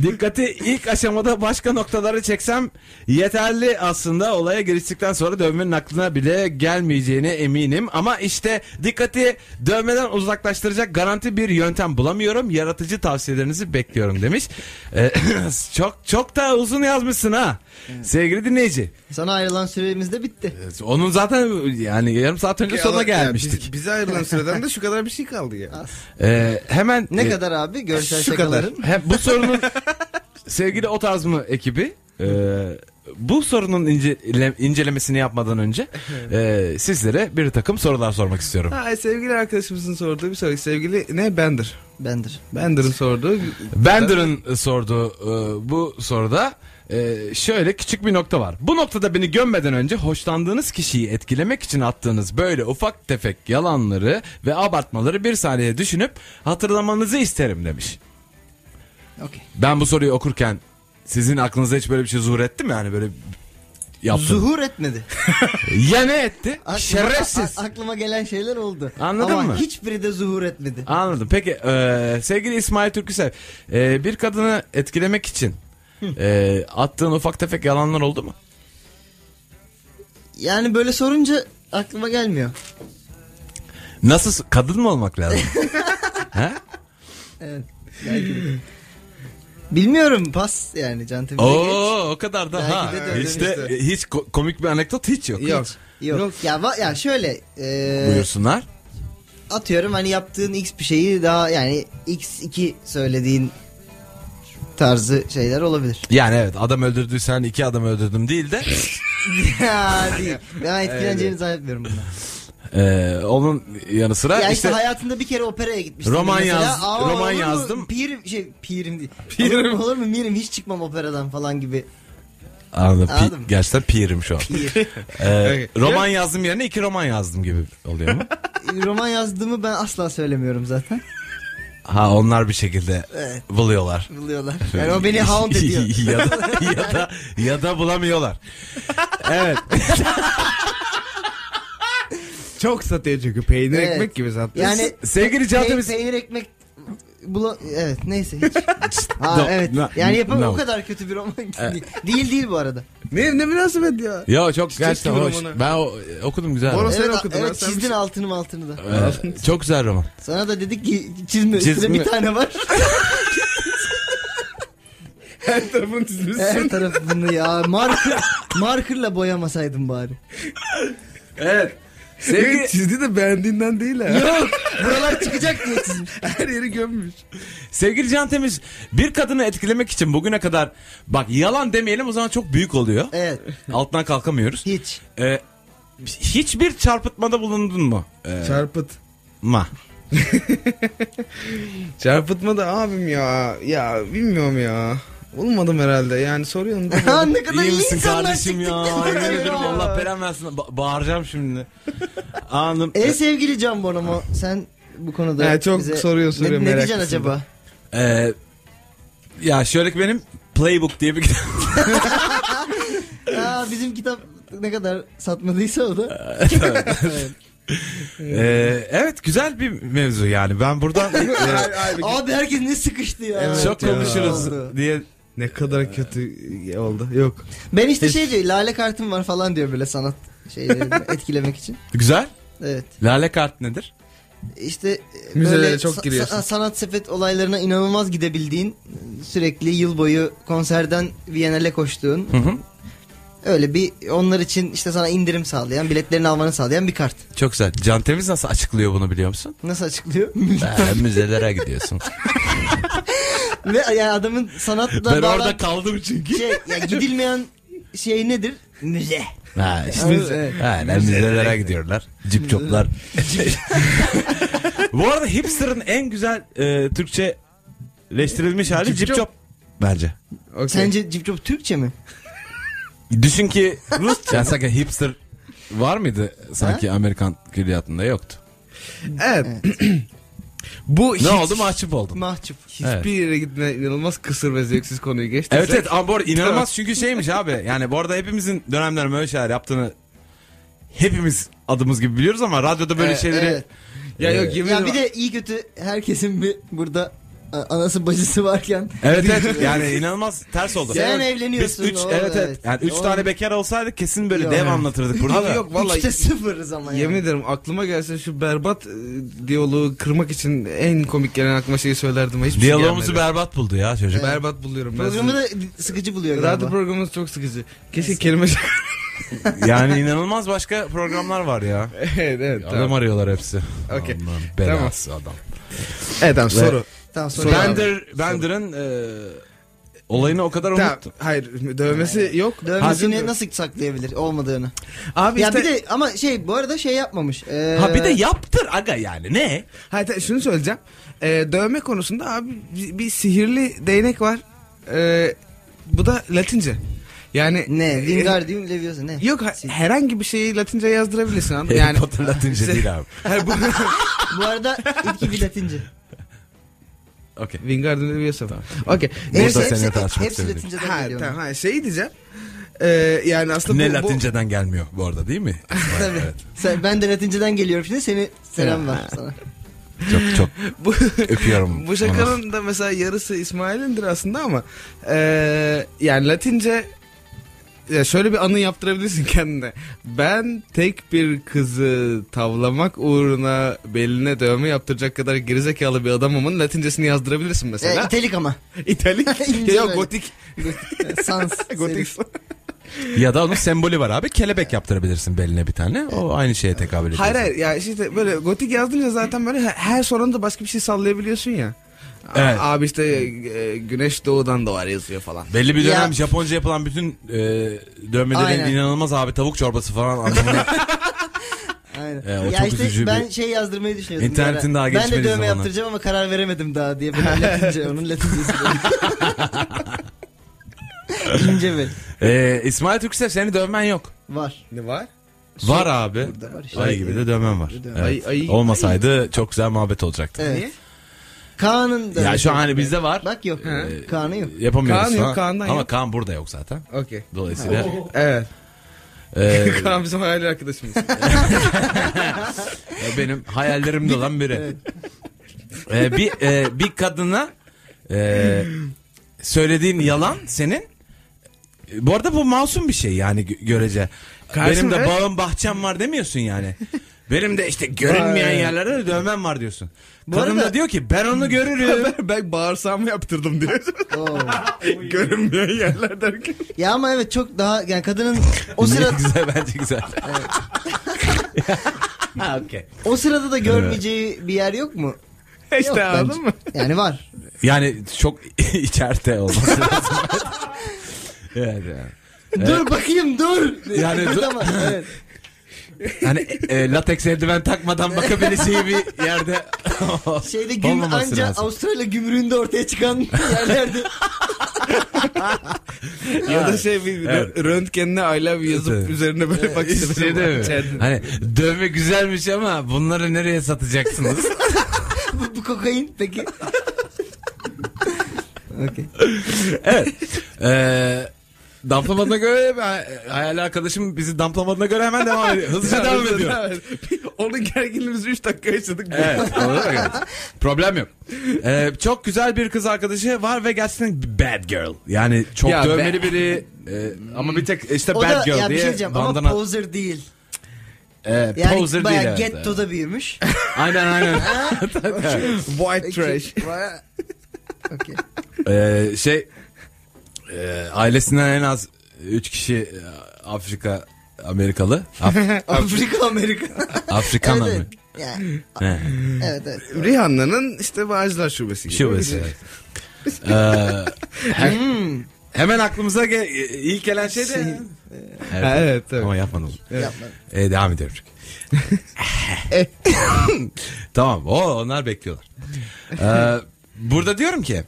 Dikkati ilk aşamada başka noktaları çeksem yeterli aslında olaya giriştikten sonra dövmenin aklına bile gelmeyeceğine eminim. Ama işte dikkati dövmeden uzaklaştıracak garanti bir yöntem bulamıyorum. Yaratıcı tavsiyelerinizi bekliyorum demiş. Ee, çok çok da uzun yazmışsın ha sevgili dinleyici. Sana ayrılan süremiz de bitti. Onun zaten yani yarım saat önce sonuna Ya, gelmiştik. biz- bize ayrılan süreden de şu kadar bir şey kaldı ya. Ee, hemen Ne e, kadar abi görsel şu kadar. şakaların? He, bu sorunun sevgili o tarz mı ekibi e, bu sorunun incele- incelemesini yapmadan önce e, sizlere bir takım sorular sormak istiyorum. Ha, sevgili arkadaşımızın sorduğu bir soru. Sevgili ne? Bender. Bendir. Bender'ın sorduğu. Bender'ın e, sorduğu e, bu soruda e, şöyle küçük bir nokta var. Bu noktada beni gömmeden önce hoşlandığınız kişiyi etkilemek için attığınız böyle ufak tefek yalanları ve abartmaları bir saniye düşünüp hatırlamanızı isterim demiş. Okey. Ben bu soruyu okurken sizin aklınıza hiç böyle bir şey zuhur etti mi? Yani böyle yaptın. Zuhur etmedi. Ya ne etti? Aklıma- Şerefsiz. a- aklıma gelen şeyler oldu. Anladın Ama mı? hiçbiri de zuhur etmedi. Anladım. Peki e, sevgili İsmail Türküsev e, bir kadını etkilemek için e, attığın ufak tefek yalanlar oldu mu? Yani böyle sorunca aklıma gelmiyor. Nasıl? Kadın mı olmak lazım? He? Evet. Belki de. Bilmiyorum pas yani Can Temir'e geç. Oo o kadar da Belki ha. de dövdüm işte, işte. e, hiç ko- komik bir anekdot hiç yok. Yok. Yok. Yok. Ya, va- ya şöyle e, Buyursunlar. atıyorum hani yaptığın x bir şeyi daha yani x2 söylediğin tarzı şeyler olabilir. Yani evet adam öldürdüysen iki adam öldürdüm değil de Ya değil. Ben etkileneceğini zannetmiyorum bundan. e, onun yanı sıra Ya işte, işte hayatında bir kere operaya gitmiştim. Roman mesela. yaz- Aa, roman olur mu? yazdım. Pirim şey pirim değil. Pirim. Olur, mu- olur mu mirim hiç çıkmam operadan falan gibi. Anladım. Pi- Anladım. gerçekten pirim şu an. Pir. E, roman yazdım yerine iki roman yazdım gibi oluyor mu? E, roman yazdığımı ben asla söylemiyorum zaten. Ha onlar bir şekilde Evet. buluyorlar. Buluyorlar. Yani o beni hound ediyor. ya da ya da ya da bulamıyorlar. Evet. Çok satıyor çünkü. Peynir Evet. ekmek gibi satıyor. Yani Sevgili Can pe- Temiz- peynir ekmek Bula- evet neyse hiç. Ha, No, evet. no, yani yapam no. o kadar kötü bir roman ki değil. değil değil bu arada. Ne, ne münasebet ya. Ya çok gerçekten gibi hoş. romanı. Ben o- okudum güzel. Boros- roman. Sen evet, okudun ha, evet sen çizdin bir şey- altını mı altını da. Ee, çok güzel roman. Sana da dedik ki çizme üstüne Çizme. bir tane var. Her tarafını çizmişsin. Her tarafını ya marker markerla boyamasaydın bari. Evet. Sevgili... Sevgili Çizdi de beğendiğinden değil ha. Yok buralar çıkacak diye çizmiş. Her yeri gömmüş. sevgili Can Temiz bir kadını etkilemek için bugüne kadar bak yalan demeyelim o zaman çok büyük oluyor. Evet Altından kalkamıyoruz. hiç. Ee, hiçbir çarpıtmada bulundun mu? Ee, Çarpıt. ma. Çarpıtma da abim ya. Ya bilmiyorum ya. Olmadım herhalde. Yani soruyorum. da- Ha, ne kadar iyi, İyi misin insanlar kardeşim çıktık. ya? Yemin ederim Allah belamı versin. Ba- bağıracağım şimdi. Anım. Ey sevgili Can Bonomo sen bu konuda Ya, çok bize soruyor, soruyor, ne, ne meraklısın diyeceksin acaba? Ee, ya şöyle ki benim Playbook diye bir kitap. Aa, bizim kitap ne kadar satmadıysa o da. Evet. Ee, evet güzel bir mevzu yani. Ben buradan Ay, ay, bir- Abi herkes ne sıkıştı ya. Evet çok ya. konuşuruz Oldu. diye. ne kadar kötü oldu. Yok. Ben işte şey diyor lale kartım var falan diyor böyle sanat şeylerini etkilemek için. Güzel. Evet. Lale kart nedir? İşte e, Müzelere böyle çok giriyorsun. sanat sepet olaylarına inanılmaz gidebildiğin, sürekli yıl boyu konserden Viyana'le koştuğun, Hı hı. öyle bir onlar için işte sana indirim sağlayan, biletlerini almanı sağlayan bir kart. Çok güzel. Can Temiz nasıl açıklıyor bunu biliyor musun? Nasıl açıklıyor? Ee, müzelere gidiyorsun. Ve yani adamın sanatla ben orada bağlan- kaldım çünkü. şey, ya gidilmeyen şey nedir? Müze. Ha işte. Evet. Aynen müzelere gidiyorlar. Cipçoplar. Bu arada hipster'ın en güzel e, Türkçeleştirilmiş hali Cipçop. cipçop. Bence. Okay. Sence Cipcop Türkçe mi? Düşün ki Rusça. Ya sanki hipster Var mıydı sanki Amerikan külliyatında yoktu. Evet. Bu hiç, Ne oldu mahcup oldum. Mahcup. Evet. hiçbir yere gitme inanılmaz kısır ve zevksiz konuyu geçtik. Evet evet ama bu arada inanılmaz çünkü şeymiş abi. Yani bu arada hepimizin dönemler böyle şeyler yaptığını hepimiz adımız gibi biliyoruz ama radyoda böyle Evet, şeyleri E, evet. Ya Ee, yok yemin Ya ederim. bir de iyi kötü herkesin bir burada a- anası bacısı varken Evet evet yani inanılmaz ters oldu. Sen Evet. evleniyorsun, Biz üç, o- evet evet. evet. Yani üç O- tane bekar olsaydık kesin böyle Yok. dev anlatırdık burada. Abi da. yok vallahi üçte sıfırız ama yemin yani. ederim aklıma gelse şu berbat e, diyaloğu kırmak için en komik gelen aklıma şeyi söylerdim. ama Hiçbir şey Diyalogumuzu gelmedi. berbat buldu ya çocuk. berbat buluyorum ben. Programı sizi. da sıkıcı buluyor Radyo galiba. programımız çok sıkıcı. Keşke kelime... Yani inanılmaz başka programlar var ya. evet evet. Adam Tamam. arıyorlar hepsi. Okey. Aman belası adam. Evet tamam Ve- soru. Tamam sonra devam. Bender, Bender'ın e, olayını o kadar Tamam, unuttum. hayır dövmesi yok. Dövmesini Hazır- Ee, nasıl saklayabilir olmadığını. Abi ya işte... bir de ama şey bu arada şey yapmamış. Ee, Ha e, bir de yaptır aga yani ne? Hayır te- şunu söyleyeceğim. Ee, dövme konusunda abi bir, bir sihirli değnek var. Ee, bu da Latince. Yani ne? Ee, Wingardium Leviosa ne? Yok ha- herhangi bir şeyi Latince yazdırabilirsin anladın mı? Harry yani. Potter Latince İşte- değil abi. Hayır, bu Bu arada ilk bir latince. Okey. Wingardium Leviosa. Okey. Burada Hepsi, hepsi, seni hepsi, tartışmak istemedim. latinceden Ha, geliyor. tamam, ha, şey diyeceğim. Ee, yani aslında Ne bu, bu- Latinceden gelmiyor bu arada değil mi? Tabii. Sen, ben de latinceden geliyorum şimdi seni selam var sana. Çok çok bu, öpüyorum. bu şakanın da mesela yarısı İsmail'indir aslında ama ee, yani Latince ya şöyle bir anı yaptırabilirsin kendine. Ben tek bir kızı tavlamak uğruna beline dövme yaptıracak kadar gerizekalı bir adamımın Latincesini yazdırabilirsin Ee, mesela. İtelik ama. İtalik. İnce ya böyle. gotik. Sans. gotik. serif. Ya da onun sembolü var abi. Kelebek yaptırabilirsin beline bir tane. O aynı şeye tekabül ediyor. Hayır hayır ya işte böyle gotik yazdınca zaten böyle her- her soranda başka bir şey sallayabiliyorsun ya. A- Evet. Abi işte e, güneş doğudan doğar yazıyor falan. Belli bir dönem Ya- Japonca yapılan bütün e, dövmelerin Aynen. inanılmaz abi tavuk çorbası falan anlamına Aynen. Ee, o ya çok işte üzücü ben bir- şey yazdırmayı düşünüyordum. İnternetin bir ara. daha Ben gelişmediği de dövme zamanı. yaptıracağım ama karar veremedim daha diye. Böyle latince onun latincesi. böyle. İnce bir. Ee, İsmail Türksev seni dövmen yok. Var. Ne var? Var abi. Burada var işte. Ayı gibi de dövmen var. Burada Evet. var. Ayı- ayı- Olmasaydı çok güzel muhabbet olacaktı. Evet. Niye? Kaan'ın da. şey. Ya şu an Ee, hani bizde var. Bak yok. He. Kaan'ı yok. Yapamıyoruz. Kaan yok, ha. Kaan'dan Ama yok. Kaan burada yok zaten. Okey. Dolayısıyla Evet. e, Kaan bizim hayali arkadaşımız. E, benim hayallerimde olan biri. E, bir e, bir kadına e, söylediğin yalan senin E, bu arada bu masum bir şey yani gö- görece. Karşım, Benim de evet. bağım bahçem var demiyorsun yani. Benim de işte görünmeyen Vay. yerlerde de dövmem var diyorsun. Bu Kadın da arada- diyor ki ben onu görürüm. ben, ben bağırsağımı yaptırdım diyor. Oo. Görünmeyen yerler derken. Ya ama evet çok daha yani kadının o Ne sırada güzel bence güzel. ha okey. o sırada da görmeyeceği bir yer yok mu? Yok işte bence. anladın mı? Yani var. Yani çok içeride olması lazım. evet yani. Dur bakayım dur. Yani dur- Tamam, evet. Hani e, lateks eldiven takmadan bakabileceği bir yerde Şeyde güm Olmaması anca lazım. Avustralya gümrüğünde ortaya çıkan yerlerde. ya da şey bir Evet. rö- röntgenine I love you yazıp Evet. üzerine böyle bak işte İşte böyle değil mi? içeride. Hani dövme güzelmiş ama bunları nereye satacaksınız? bu, bu kokain peki. Okey. evet. Ee, damplamadığına göre ben- hayali arkadaşım bizi damplamadığına göre hemen devam ediyor. Hızlıca devam Hızlı ediyor. devam ediyor. Onun gerginliğimizi 3 dakika yaşadık. Evet, anladın mı? Problem yok. Ee, çok güzel bir kız arkadaşı var ve gerçekten bad girl. Yani çok Ya dövmeli be- biri. e, ama bir tek işte O bad da girl ya bir şey diye diyeceğim bandana ama poser değil. e, Yani poser değil. bayağı evet. getto'da büyümüş. Aynen aynen. White trash. Bayağı- Okey. Ee, şey e, ailesinden en az 3 kişi e, Afrika Amerikalı. Af- Afrika Amerika. Afrikan evet, mı? evet. Yani, He, evet evet. Rihanna'nın işte Bağcılar Şubesi gibi. Şu mesela. Ee, he- hemen aklımıza ge- ilk gelen şey de Hmm. Şey- e, Evet. Ha, evet, evet. Ama yapmadım. Yapmadım. Ee, devam edelim çünkü. E. tamam. O onlar bekliyorlar. Ee, burada E, diyorum ki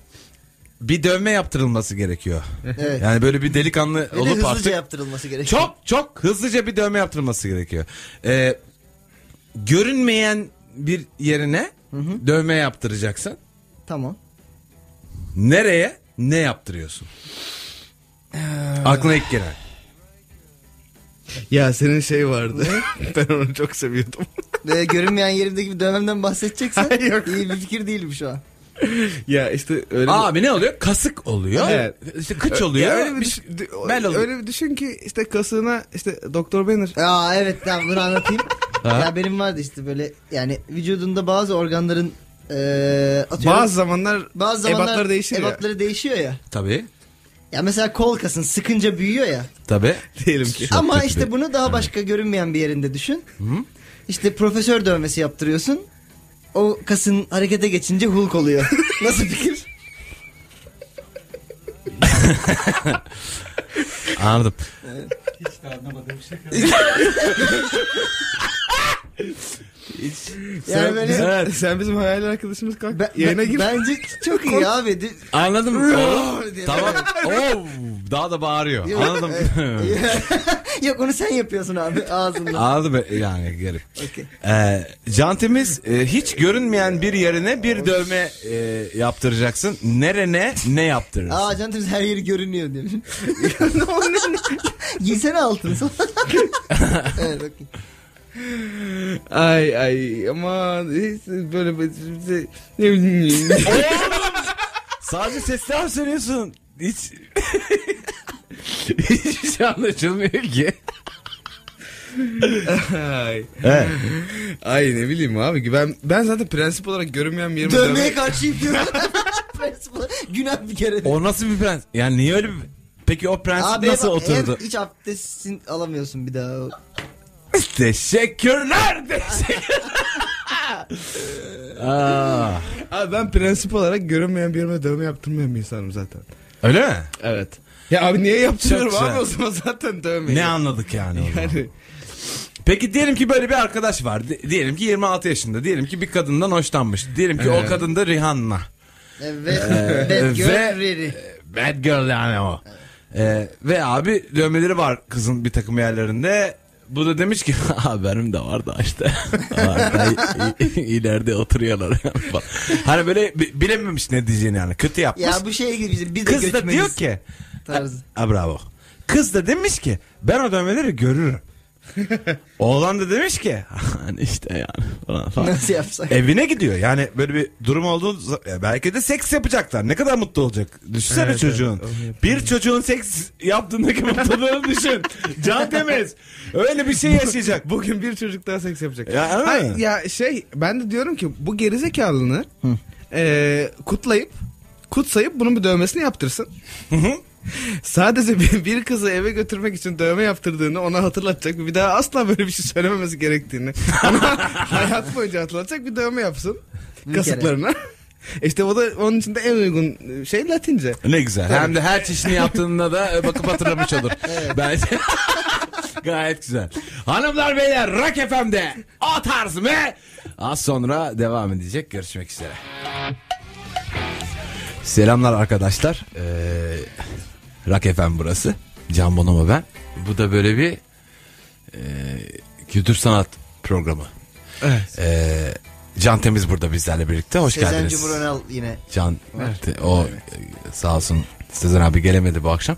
bir dövme yaptırılması gerekiyor. Evet. Yani böyle bir delikanlı Ve de olup hızlıca artık yaptırılması gerekiyor. çok çok hızlıca bir dövme yaptırılması gerekiyor. Ee, görünmeyen bir yerine dövme yaptıracaksın. Tamam. Nereye ne yaptırıyorsun? Aklına ilk gelen. Ya senin şey vardı. ben onu çok seviyordum. Ve görünmeyen yerimdeki bir dönemden bahsedeceksen Hayır, yok. iyi bir fikir değil bu şu an. ya işte öyle bir- Abi ne oluyor? Kasık oluyor. Evet. İşte kıç oluyor. Ya öyle bir, şey- bir düş- dü- bel oluyor. öyle bir düşün ki işte kasığına işte Doktor Banner. Aa evet tamam bunu anlatayım. Ha. ya benim vardı işte böyle yani vücudunda bazı organların eee atıyorum. Bazı zamanlar bazı zamanlar ebatları değişir ebatları değişiyor ya. Tabii. Ya mesela kol kasın sıkınca büyüyor ya. Tabii. ya. Diyelim ki. Çok Ama kötü işte bir- bunu daha başka görünmeyen bir yerinde düşün. İşte profesör dövmesi yaptırıyorsun. O kasın harekete geçince Hulk oluyor. Nasıl fikir? Anladım. Yani sen, böyle- bizim, Evet. sen bizim hayal arkadaşımız kalk. Ben- yayına gir. Bence çok iyi abi. De- Anladım. Aa, diye. tamam. Oo, daha da bağırıyor. Yok, Anladım. Yok onu sen yapıyorsun abi ağzınla. Anladım yani garip. Okey. Ee, jantimiz e, hiç görünmeyen bir yerine bir dövme e, yaptıracaksın. Nerene ne yaptırırsın? Aa Can her yeri görünüyor demiş. Giysene altını sana. evet okey. Ay ay aman hiç böyle bir- ne bileyim. Sadece sesler söylüyorsun. Hiç... Hiçbir şey anlaşılmıyor ki. ay. Evet. ay ne bileyim abi ki ben ben zaten prensip olarak görünmeyen bir yerime Dövmeye dövme- karşıyım diyor. Prensip olarak Günah bir kere. de. O nasıl bir prens? Yani niye öyle bir... Peki o prensip Abi nasıl bak, oturdu? eğer Hiç abdestin alamıyorsun bir daha. Teşekkürler. Teşekkürler. Aa, Abi ben prensip olarak görünmeyen bir yerime dövme yaptırmayan bir insanım zaten. öyle mi? Evet. Ya abi niye yaptırıyorum Çok güzel. abi o zaman zaten dövmeyi. Ne anladık yani? o zaman? yani Peki diyelim ki böyle bir arkadaş var. Di- diyelim ki 26 yaşında. Diyelim ki bir kadından hoşlanmış. Diyelim ki o Evet. kadın da Rihanna. Evet. Ee, ve- evet görürleri. Bad girl yani o. Ee, ve abi dövmeleri var kızın bir takım yerlerinde. Bu da demiş ki "Ha, benim de var da işte. Var da i- i- ileride oturuyorlar. falan. hani böyle bi- bilememiş ne diyeceğini yani. Kötü yapmış. Ya bu şey gibi bizim biz de Kız da göçmeniz diyor ki. tarzı. Ha, bravo. Kız da demiş ki ben o dövmeleri görürüm. Oğlan da demiş ki hani işte yani falan falan. Nasıl yapsak? Evine gidiyor yani böyle bir durum olduğu za- ya belki de seks yapacaklar. Ne kadar mutlu olacak. Düşünsene Evet, çocuğun. evet, onu yapalım. bir çocuğun seks yaptığındaki mutluluğunu düşün. Can Temiz. Öyle bir şey yaşayacak. bugün bir çocuk daha seks yapacak. Ya, öyle Hayır, mi? ya şey ben de diyorum ki bu gerizekalını eee kutlayıp kutsayıp bunun bir dövmesini yaptırsın. Sadece bir, bir kızı eve götürmek için dövme yaptırdığını ona hatırlatacak bir daha asla böyle bir şey söylememesi gerektiğini ona hayat boyunca hatırlatacak bir dövme yapsın Bir kasıklarına. işte o da onun için de en uygun şey Latince. Ne güzel. Hem de her çeşini yaptığında da e, bakıp hatırlamış olur. Bence gayet güzel. Hanımlar beyler Rock FM'de o tarz mı? Az sonra devam edecek. Görüşmek üzere. Selamlar arkadaşlar. Ee, Rock FM burası. Can Bonomo ben. Bu da böyle bir ee, kültür sanat programı. Evet. Ee, Can Temiz burada bizlerle birlikte. Hoş Sezen geldiniz. Cumhur Önal yine. Can te- o e, sağ olsun Sezen abi gelemedi bu akşam.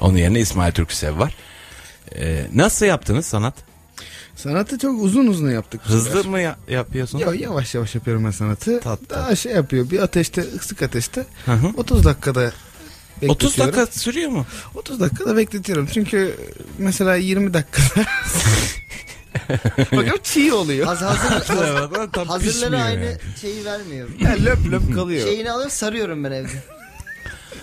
Onun yerine İsmail Türksev var. E, nasıl yaptınız sanat? Sanatı çok uzun uzun yaptık. bu sefer. Hızlı mı ya- yapıyorsunuz? Yo, yavaş yavaş yapıyorum ben sanatı. Tat, Daha şey yapıyor. Bir ateşte, ısık ateşte Hı hı. 30 dakikada 30 bekletiyorum. dakika sürüyor mu? 30 dakikada bekletiyorum. Çünkü mesela 20 dakikada Bakın çiğ oluyor. Haz, hazır, Tam hazırları pişmiyor aynı yani. şeyi vermiyor. Yani löp löp kalıyor. Şeyini alıyorum sarıyorum ben evde.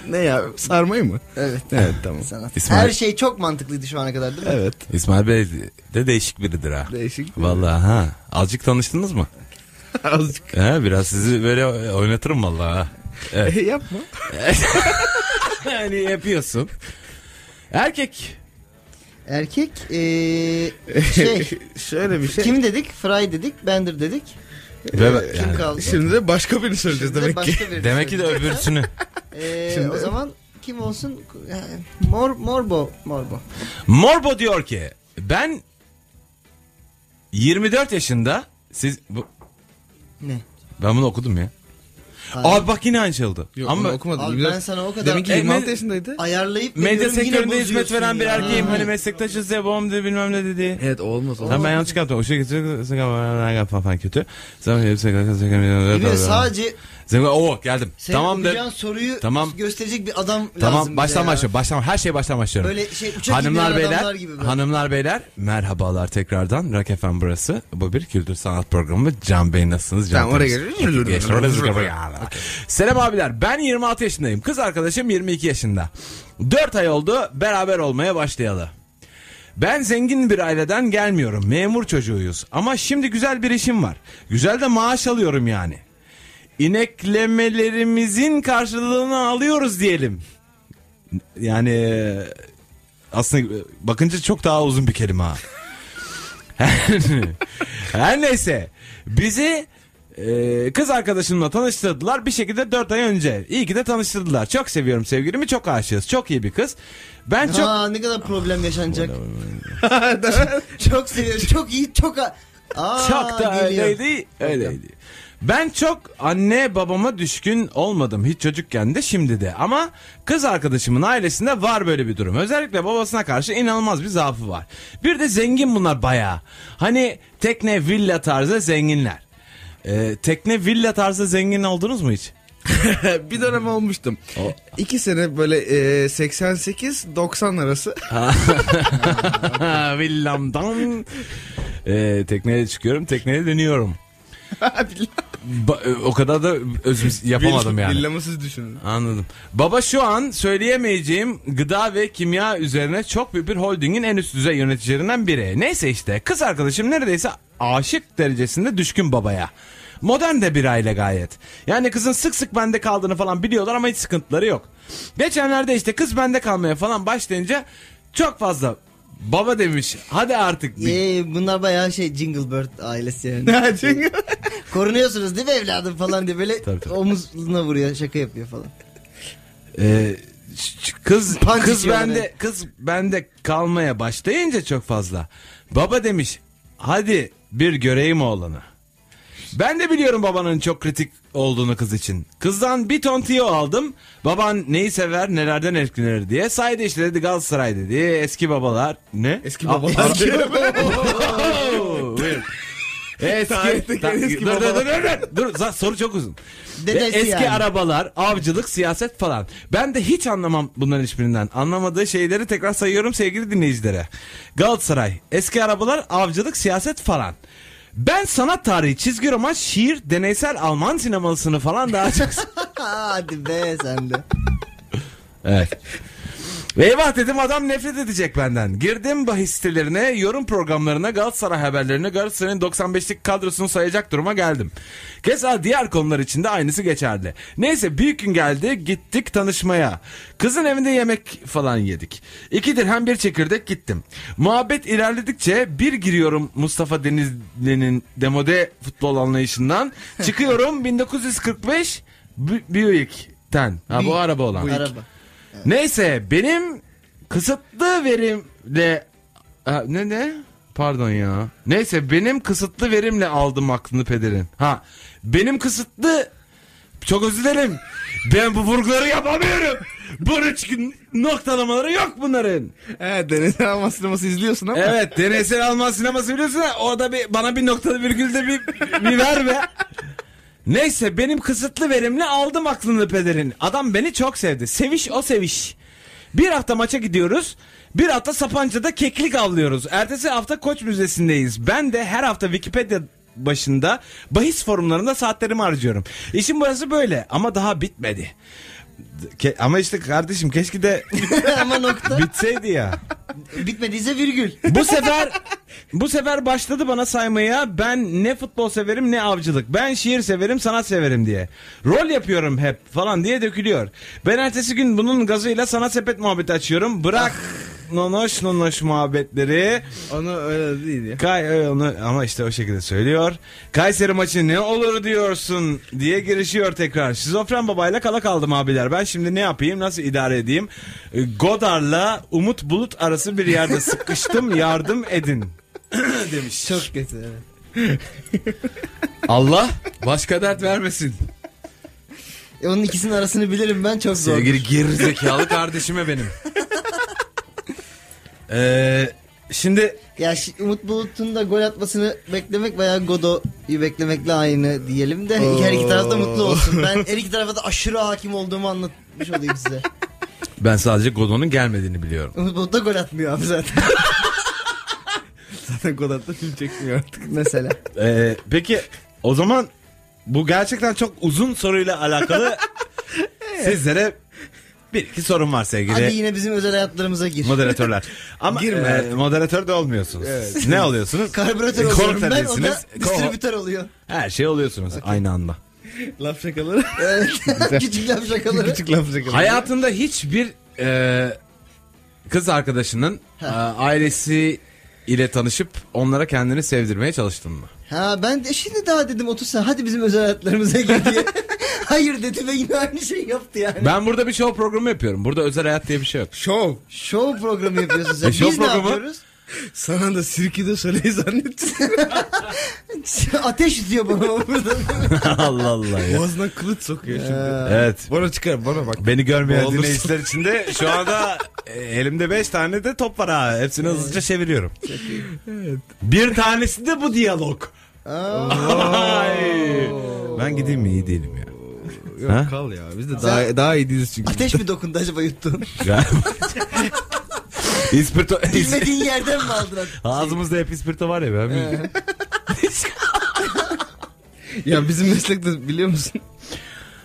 Ne ya sarmayı mı? Evet. Evet tamam. Sanat. İsmail- Her şey çok mantıklıydı şu ana kadar değil mi? Evet İsmail Bey de değişik biridir ha. değişik. Vallahi ha. Azıcık tanıştınız mı? Azıcık. He, biraz sizi böyle oynatırım vallahi ha. Evet. E, yapma. yani yapıyorsun. Erkek. Erkek ee, şey Şöyle bir şey. kim dedik? Fry dedik, Bender dedik. Ve ben- Kim yani- kaldı? Şimdi de başka birini söyleyeceğiz Şimdi demek ki. başka birini Demek ki de söyleyeceğim. öbürsünü. Ee, Şimdi- O zaman kim olsun? Ee, Mor, morbo. Morbo. Morbo diyor ki ben 24 yaşında siz bu, Ne? ben bunu okudum ya. Hayır. Abi bak yine aynı şey oldu. Yok Ama Ama okumadım. Abi ben sana o kadar- Demek ki 26 Ekmek- yaşındaydı. Ayarlayıp medya veriyorum, yine sektöründe hizmet bozuyorsun veren bir ya. erkeğim. Ha. Hani meslektaşız ya babam dedi bilmem ne dedi. Evet olmaz. olmaz. Tamam ben yanlış yaptım. O şey kötü. Sakın falan kötü. Sakın hepsi sakın sakın. Biliyor, sadece Sakın o geldim. senin Tamam okuyacağın de. soruyu Tamam. gösterecek bir adam lazım. bize Tamam baştan ya. başlıyorum. Baştan her şey baştan başlıyorum. Böyle şey uçak Hanımlar gibi beyler, adamlar gibi böyle. hanımlar beyler merhabalar tekrardan. Rock FM burası. Bu bir kültür sanat programı. Can Bey nasılsınız? Can Tamam, oraya temiz. geliyoruz. Geç, oraya geliyoruz. Selam abiler ben 26 yaşındayım. Kız arkadaşım 22 yaşında. 4 ay oldu beraber olmaya başlayalı. Ben zengin bir aileden gelmiyorum. Memur çocuğuyuz. Ama şimdi güzel bir işim var. Güzel de maaş alıyorum yani. İneklemelerimizin karşılığını alıyoruz diyelim. Yani e, aslında e, bakınca çok daha uzun bir kelime ha. Her neyse bizi e, kız arkadaşımla tanıştırdılar bir şekilde 4 ay önce. İyi ki de tanıştırdılar. Çok seviyorum sevgilimi çok aşığız. Çok iyi bir kız. Ben çok Ha ne kadar problem yaşanacak. çok seviyor. Çok iyi. Çok a- Aa, Çok da geliyor. öyleydi. Öyleydi. Ben çok anne babama düşkün olmadım hiç çocukken de şimdi de ama kız arkadaşımın ailesinde var böyle bir durum. Özellikle babasına karşı inanılmaz bir zaafı var. Bir de zengin bunlar bayağı. Hani tekne villa tarzı zenginler. Ee, tekne villa tarzı zengin oldunuz mu hiç? bir dönem olmuştum. İki sene böyle e, 88-90 arası. Villamdan ee, tekneye çıkıyorum tekneye dönüyorum. Ba- e, o kadar da özüm yapamadım yani. Villamı siz düşünün. Anladım. Baba şu an söyleyemeyeceğim gıda ve kimya üzerine çok büyük bir holdingin en üst düzey yöneticilerinden biri. Neyse işte kız arkadaşım neredeyse aşık derecesinde düşkün babaya. Modern de bir aile gayet. Yani kızın sık sık bende kaldığını falan biliyorlar ama hiç sıkıntıları yok. Geçenlerde işte kız bende kalmaya falan başlayınca çok fazla baba demiş hadi artık bir Ee, bunlar bayağı şey Jingle Bird ailesi yani. Ne çünkü? Korunuyorsunuz değil mi evladım falan diye böyle Tabii, tabii. omuzuna vuruyor şaka yapıyor falan. Ee, ş- ş- kız Punch kız yiyor bende evet. kız bende kalmaya başlayınca çok fazla. Baba demiş hadi bir göreyim oğlanı. Ben de biliyorum babanın çok kritik olduğunu kız için. Kızdan bir ton tiyo aldım. Baban neyi sever nelerden etkilenir diye. Saydı işte dedi Galatasaray dedi. Eski babalar. Ne? Eski Aa, babalar. Oo, buyur. Oh, Eski, Tarihteki ta- eski dur, dur, dur, babalar. dur, dur. Dur, za- soru çok uzun. Dedesi eski yani. arabalar, avcılık, siyaset falan. Ben de hiç anlamam bunların hiçbirinden. Anlamadığı şeyleri tekrar sayıyorum sevgili dinleyicilere. Galatasaray, eski arabalar, avcılık, siyaset falan. Ben sanat tarihi, çizgi roman, şiir, deneysel Alman sinemasını falan daha çok... Hadi be sen de. evet. Eyvah dedim adam nefret edecek benden. Girdim bahis sitelerine, yorum programlarına, Galatasaray haberlerine, Galatasaray'ın 95'lik kadrosunu sayacak duruma geldim. Keza diğer konular için de aynısı geçerli. Neyse büyük gün geldi, gittik tanışmaya. Kızın evinde yemek falan yedik. İki dirhem bir çekirdek gittim. Muhabbet ilerledikçe bir giriyorum Mustafa Denizli'nin demode futbol anlayışından. Çıkıyorum 1945 Bu- Buick'ten. Ha, bu Buick. araba olan. Araba. Neyse benim kısıtlı verimle Ha, ne ne? Pardon ya. Neyse benim kısıtlı verimle aldım aklını pederin. Ha benim kısıtlı çok özür dilerim. Ben bu vurguları yapamıyorum. Bunun çünkü noktalamaları yok bunların. He denizden alma sineması izliyorsun ama. Evet deneysel Alman sineması biliyorsun ha orada bir, bana bir noktada virgül de bir, bir ver be. Neyse benim kısıtlı verimle aldım aklını pederin. Adam beni çok sevdi. Seviş o seviş. Bir hafta maça gidiyoruz. Bir hafta Sapanca'da keklik avlıyoruz. Ertesi hafta Koç Müzesi'ndeyiz. Ben de her hafta Wikipedia başında bahis forumlarında saatlerimi harcıyorum. İşin burası böyle ama daha bitmedi. Ke- ama işte kardeşim keşke de Ama nokta. bitseydi ya. Bitmediyse virgül. Bu sefer bu sefer başladı bana saymaya. Ben ne futbol severim ne avcılık. Ben şiir severim, sanat severim diye. Rol yapıyorum hep falan diye dökülüyor. Ben ertesi gün bunun gazıyla sanat sepet muhabbeti açıyorum. Bırak nonoş nonoş muhabbetleri. Onu öyle değil ya. Kay e, onu ama işte o şekilde söylüyor. Kayseri maçı ne olur diyorsun diye girişiyor tekrar. Şizofren babayla kala kaldım abiler. Ben şimdi ne yapayım? Nasıl idare edeyim? E, Godar'la Umut Bulut arası bir yerde sıkıştım. yardım edin. demiş. Çok kötü evet. Allah başka dert vermesin. E, Onun ikisinin arasını bilirim ben çok zor. Sevgili gerizekalı kardeşime benim. Ee, şimdi Ya şi- Umut Bulut'un da gol atmasını beklemek veya Godo'yu beklemekle aynı diyelim de her iki taraf da mutlu olsun. Ben her iki tarafa da aşırı hakim olduğumu anlatmış olayım size. ben sadece Godon'un gelmediğini biliyorum. Umut Bulut da gol atmıyor abi zaten Zaten gol attı film çekmiyor artık. mesela. Ee, peki o zaman bu gerçekten çok uzun soruyla alakalı sizlere bir iki sorum var sevgili Hadi yine bizim özel hayatlarımıza gir. moderatörler. Ama Girme. e, moderatör de olmuyorsunuz. Evet. Ne oluyorsunuz? E, Karbüratör oluyorum Koordinatör ben o da değilsiniz. Ko- distribütör oluyor. Her şey oluyorsunuz aynı anda. Laf şakaları. Evet. Küçük laf şakaları. Küçük laf şakaları. Hayatında hiçbir e, kız arkadaşının e, ailesi ile tanışıp onlara kendini sevdirmeye çalıştın mı? Ha ben de şimdi daha dedim 30 sene hadi bizim özel hayatlarımıza gir diye. Hayır dedi ve yine aynı şey yaptı yani. Ben burada bir show programı yapıyorum. Burada özel hayat diye bir şey yok. Şov. Show programı yapıyorsun sen. E, show Biz programı? ne yapıyoruz? Sana da sirki de söyleyi zannettim. Ateş tutuyor bana burada. Allah Allah Boğazına kılıç sokuyor şimdi. Evet. Bana çıkar bana bak. Beni görmeyen Olursun. dinleyiciler için de şu anda e, elimde 5 tane de top var ha. Hepsini hızlıca çeviriyorum. Bir tanesi de bu diyalog. Ay. ben gideyim mi? İyi değilim ya. Yok Ha? kal ya. Biz de daha, daha iyi değiliz çünkü. Ateş mi dokundu acaba yuttun? Galiba. İspirto... Bilmediğin yerden mi aldın? Ağzımızda hep ispirto var ya. Ben bilmiyorum. ya bizim meslekte biliyor musun?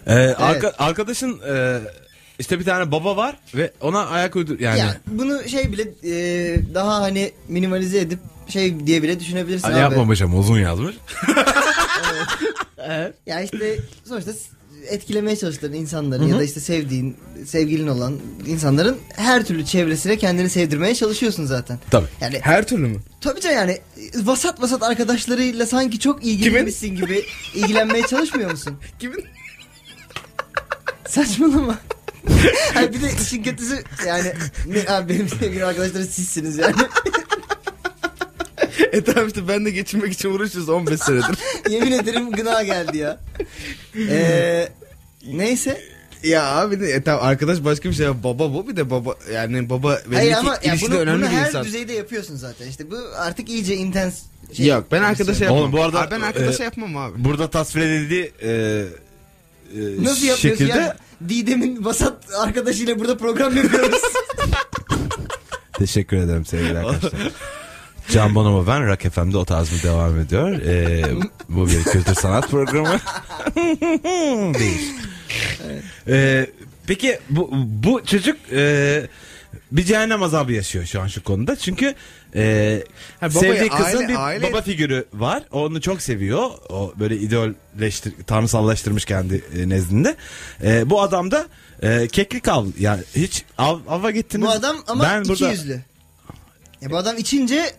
Ee, arka- arkadaşın e, işte bir tane baba var ve ona ayak uydur yani. Hani Ya bunu şey bile e, daha hani minimalize edip şey diye bile düşünebilirsin Hani abi. yapmamış ama uzun yazmış. Ya işte sonuçta etkilemeye çalıştığın insanların ya da işte sevdiğin, sevgilin olan insanların her türlü çevresine kendini sevdirmeye çalışıyorsun zaten. Tabii. Yani Her türlü mü? tabii canım yani vasat vasat arkadaşlarıyla sanki çok ilgilenmişsin gibi ilgilenmeye çalışmıyor musun? Kimin? Saçmalama. Hayır bir de işin kötüsü yani ne, abi benim sevgili arkadaşlarım sizsiniz yani. E tamam işte ben de geçinmek için uğraşıyoruz 15 senedir. Yemin ederim gına geldi ya. Ee, neyse. ya abi de e tamam arkadaş başka bir şey. Ya Baba bu bir de baba yani baba benim Hayır için ama ya ilişkide bunu, önemli bunu bir her insan. düzeyde yapıyorsun zaten. İşte bu artık iyice intens şey. Yok ben arkadaşa yapmam. Oğlum bu arada- Abi ben arkadaşa yapmam abi. Burada tasvir edildiği e, e, Nasıl yapıyorsun şekilde ya? Didem'in vasat arkadaşıyla burada program yapıyoruz. Teşekkür ederim sevgili arkadaşlar. Can Bonomo ben Rock FM'de o tarz mı devam ediyor. Ee, bu bir kültür sanat programı. Değil. Ee, peki bu, bu çocuk e, bir cehennem azabı yaşıyor şu an şu konuda. Çünkü e, baba- sevdiği kızın aile- bir aile- baba figürü var. Onu çok seviyor. O böyle idolleştir, tanrısallaştırmış kendi e, nezdinde. E, bu adam da e, keklik av. Yani hiç av, ava gittiniz. bu adam ama Ben iki burada- yüzlü. Ya bu adam içince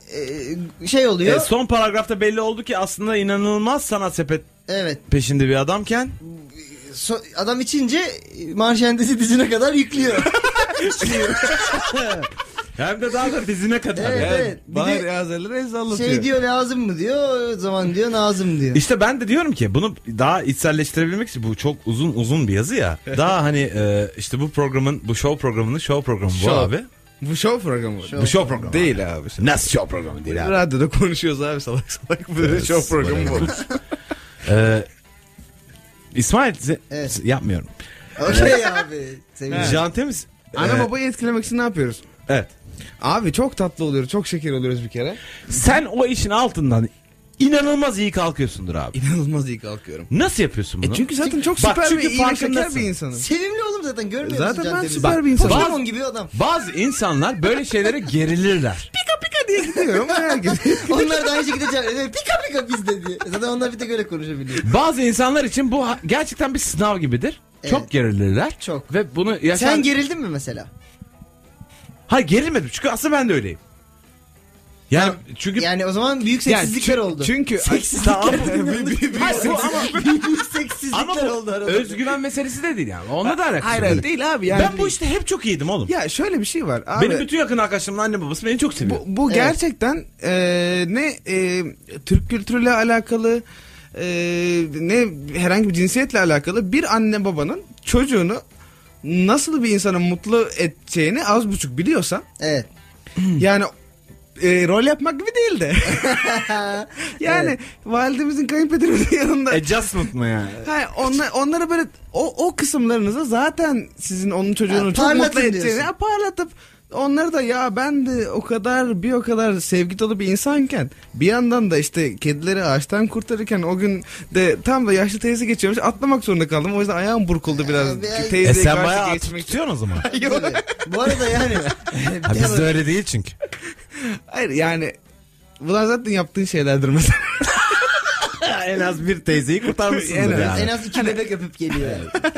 e, şey oluyor. E, son paragrafta belli oldu ki aslında inanılmaz sanat sepet evet. peşinde bir adamken so- adam içince e, marşendesi dizine kadar yüklüyor. hem de daha da dizine kadar. Evet, yani. evet. Bir Bahar de Yazarları ez anlatıyor. şey diyor lazım mı diyor. O zaman diyor lazım diyor. İşte ben de diyorum ki bunu daha içselleştirebilmek için bu çok uzun uzun bir yazı ya. Daha hani e, işte bu programın bu show programının show programı bu Show. abi. Bu şov programı. Bu show programı. Değil abi. Nasıl show programı değil abi. Radyoda konuşuyoruz abi salak salak. Bu Evet, şov programı bu. böyle. E, İsmail se- Evet. yapmıyorum. Okey abi. Sevgili. Evet. Can Temiz. Ana e, babayı etkilemek için ne yapıyoruz? Evet. Abi çok tatlı oluyoruz. Çok şeker oluyoruz bir kere. Sen o işin altından inanılmaz iyi kalkıyorsundur abi. İnanılmaz iyi kalkıyorum. E, Nasıl yapıyorsun bunu? E Çünkü zaten çok Bak, süper çünkü ve iyi ve şeker farkındasın. bir insanım. Sevimli oğlum zaten görmüyor musun Zaten Can ben Temiz'i? süper bir insanım. Pokemon gibi adam. Bazı insanlar böyle şeylere gerilirler. Gidiyorum herkes. Onlar da aynı şekilde cevap veriyor. Pika pika biz de diyor. Zaten onlar bir tek öyle konuşabiliyor. Bazı insanlar için bu ha- gerçekten bir sınav gibidir. Evet. Çok gerilirler. Çok. Ve bunu yaşan... Sen gerildin mi mesela? Hayır gerilmedim çünkü aslında ben de öyleyim. Yani, çünkü Yani o zaman büyük Yani seksizlikler çün- oldu. çünkü- seksizlikler Tamam. dedim, Bir- bir- bir- yanlış. bu ama- büyük seksizlikler ama bu oldu arada. özgüven meselesi de değil yani. Onunla da alakası Hayır yok. hayır, değil abi yani. ben bu işte hep çok iyiydim oğlum. Ya şöyle bir şey var abi. Benim bütün yakın arkadaşlarımın anne babası beni çok seviyor. Bu, bu Evet. gerçekten e, ne e, Türk kültürüyle alakalı e, ne herhangi bir cinsiyetle alakalı bir anne babanın çocuğunu nasıl bir insanı mutlu edeceğini az buçuk biliyorsan Evet. yani e, rol yapmak gibi değil de yani validemizin kayınpederimizin yanında E, Adjustment mı yani? Hayır, onla, onlara böyle o, o kısımlarınızı zaten sizin onun Ha, çocuğunu çok mutlu parlatın edeceğini diyorsun. ha, parlatıp onları da ya ben de o kadar bir o kadar sevgi dolu bir insanken bir yandan da işte kedileri ağaçtan kurtarırken o gün de tam da yaşlı teyze geçiyormuş atlamak zorunda kaldım. O yüzden ayağım burkuldu biraz. Abi, Ee, ay- E Teyzeye sen bayağı karşı atıp geçmek. tutuyorsun o zaman. Tabii. Bu arada yani. ha, bizde öyle değil çünkü. Hayır yani bunlar zaten yaptığın şeylerdir mesela. en az bir teyzeyi kurtarmışsındır En yani. Hani- En az iki bebek öpüp geliyor yani.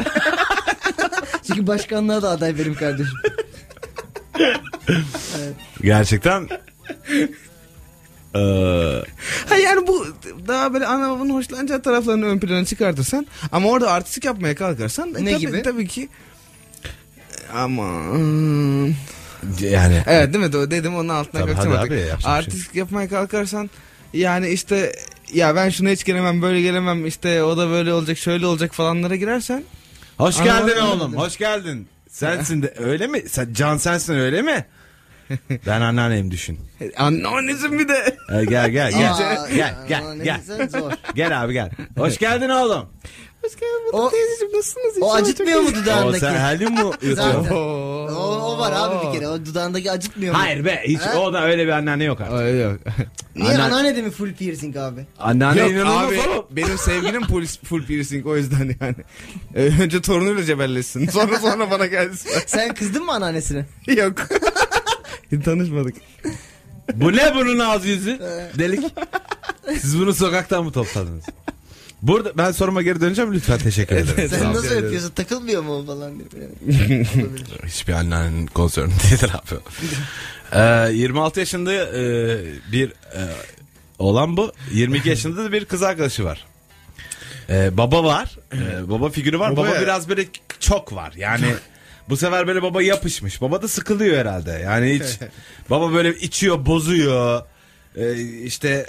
Çünkü başkanlığa da aday benim kardeşim. Gerçekten Eee, Ha yani bu daha böyle ana babanın hoşlanacağı taraflarını ön plana çıkartırsan ama orada artistik yapmaya kalkarsan e, Ne tabii, gibi? Tabii ki ama yani Evet değil mi? Doğru Dedim onun altına Tabii, kalkacağım hadi artık. abi, yapacak bir şey Artist yapmaya kalkarsan yani işte ya ben şuna hiç gelemem böyle gelemem işte o da böyle olacak şöyle olacak falanlara girersen hoş Anlamadım. geldin oğlum hoş geldin. Sensin de öyle mi? Sen, can sensin öyle mi? Ben anneanneyim düşün. anneannesi e, bir de E, gel gel gel. Aa, gel ama gel gel. neyse, zor. Gel abi gel. Hoş geldin oğlum. hoş geldin O- teyzeciğim nasılsınız? O İnşallah acıtmıyor mu O dudağındaki? sen helyum mu yutuyorsun? Zaten. Oo. O, o var abi bir kere. O dudağındaki acıtmıyor mu? Hayır be hiç Ha? o da öyle bir anneanne yok artık. Ay, yok. Niye Anneanne- anneanne de mi full piercing abi? Anneanne Yok inanılmaz abi oğlum. benim sevgilim full, full piercing o yüzden yani. Ee, Önce torunuyla cebelleşsin sonra sonra bana gelsin. Sen kızdın mı anneannesine? Yok. Tanışmadık. Bu ne bunun ağzı yüzü? Delik. Siz bunu sokaktan mı topladınız? Burada ben soruma geri döneceğim lütfen teşekkür ederim. Sen Sağ ol. nasıl ederim. öpüyorsun? Takılmıyor mu o falan diye. böyle. Olabilir. Hiçbir anneannenin konserni değildir abi. Ee, 26 yaşında e, bir e, olan bu. 22 yaşında da bir kız arkadaşı var. Ee, baba var. Ee, baba figürü var. Baba Baba, ya. biraz böyle çok var. Yani bu sefer böyle baba yapışmış. Baba da sıkılıyor herhalde. Yani hiç baba böyle içiyor, bozuyor. Ee, işte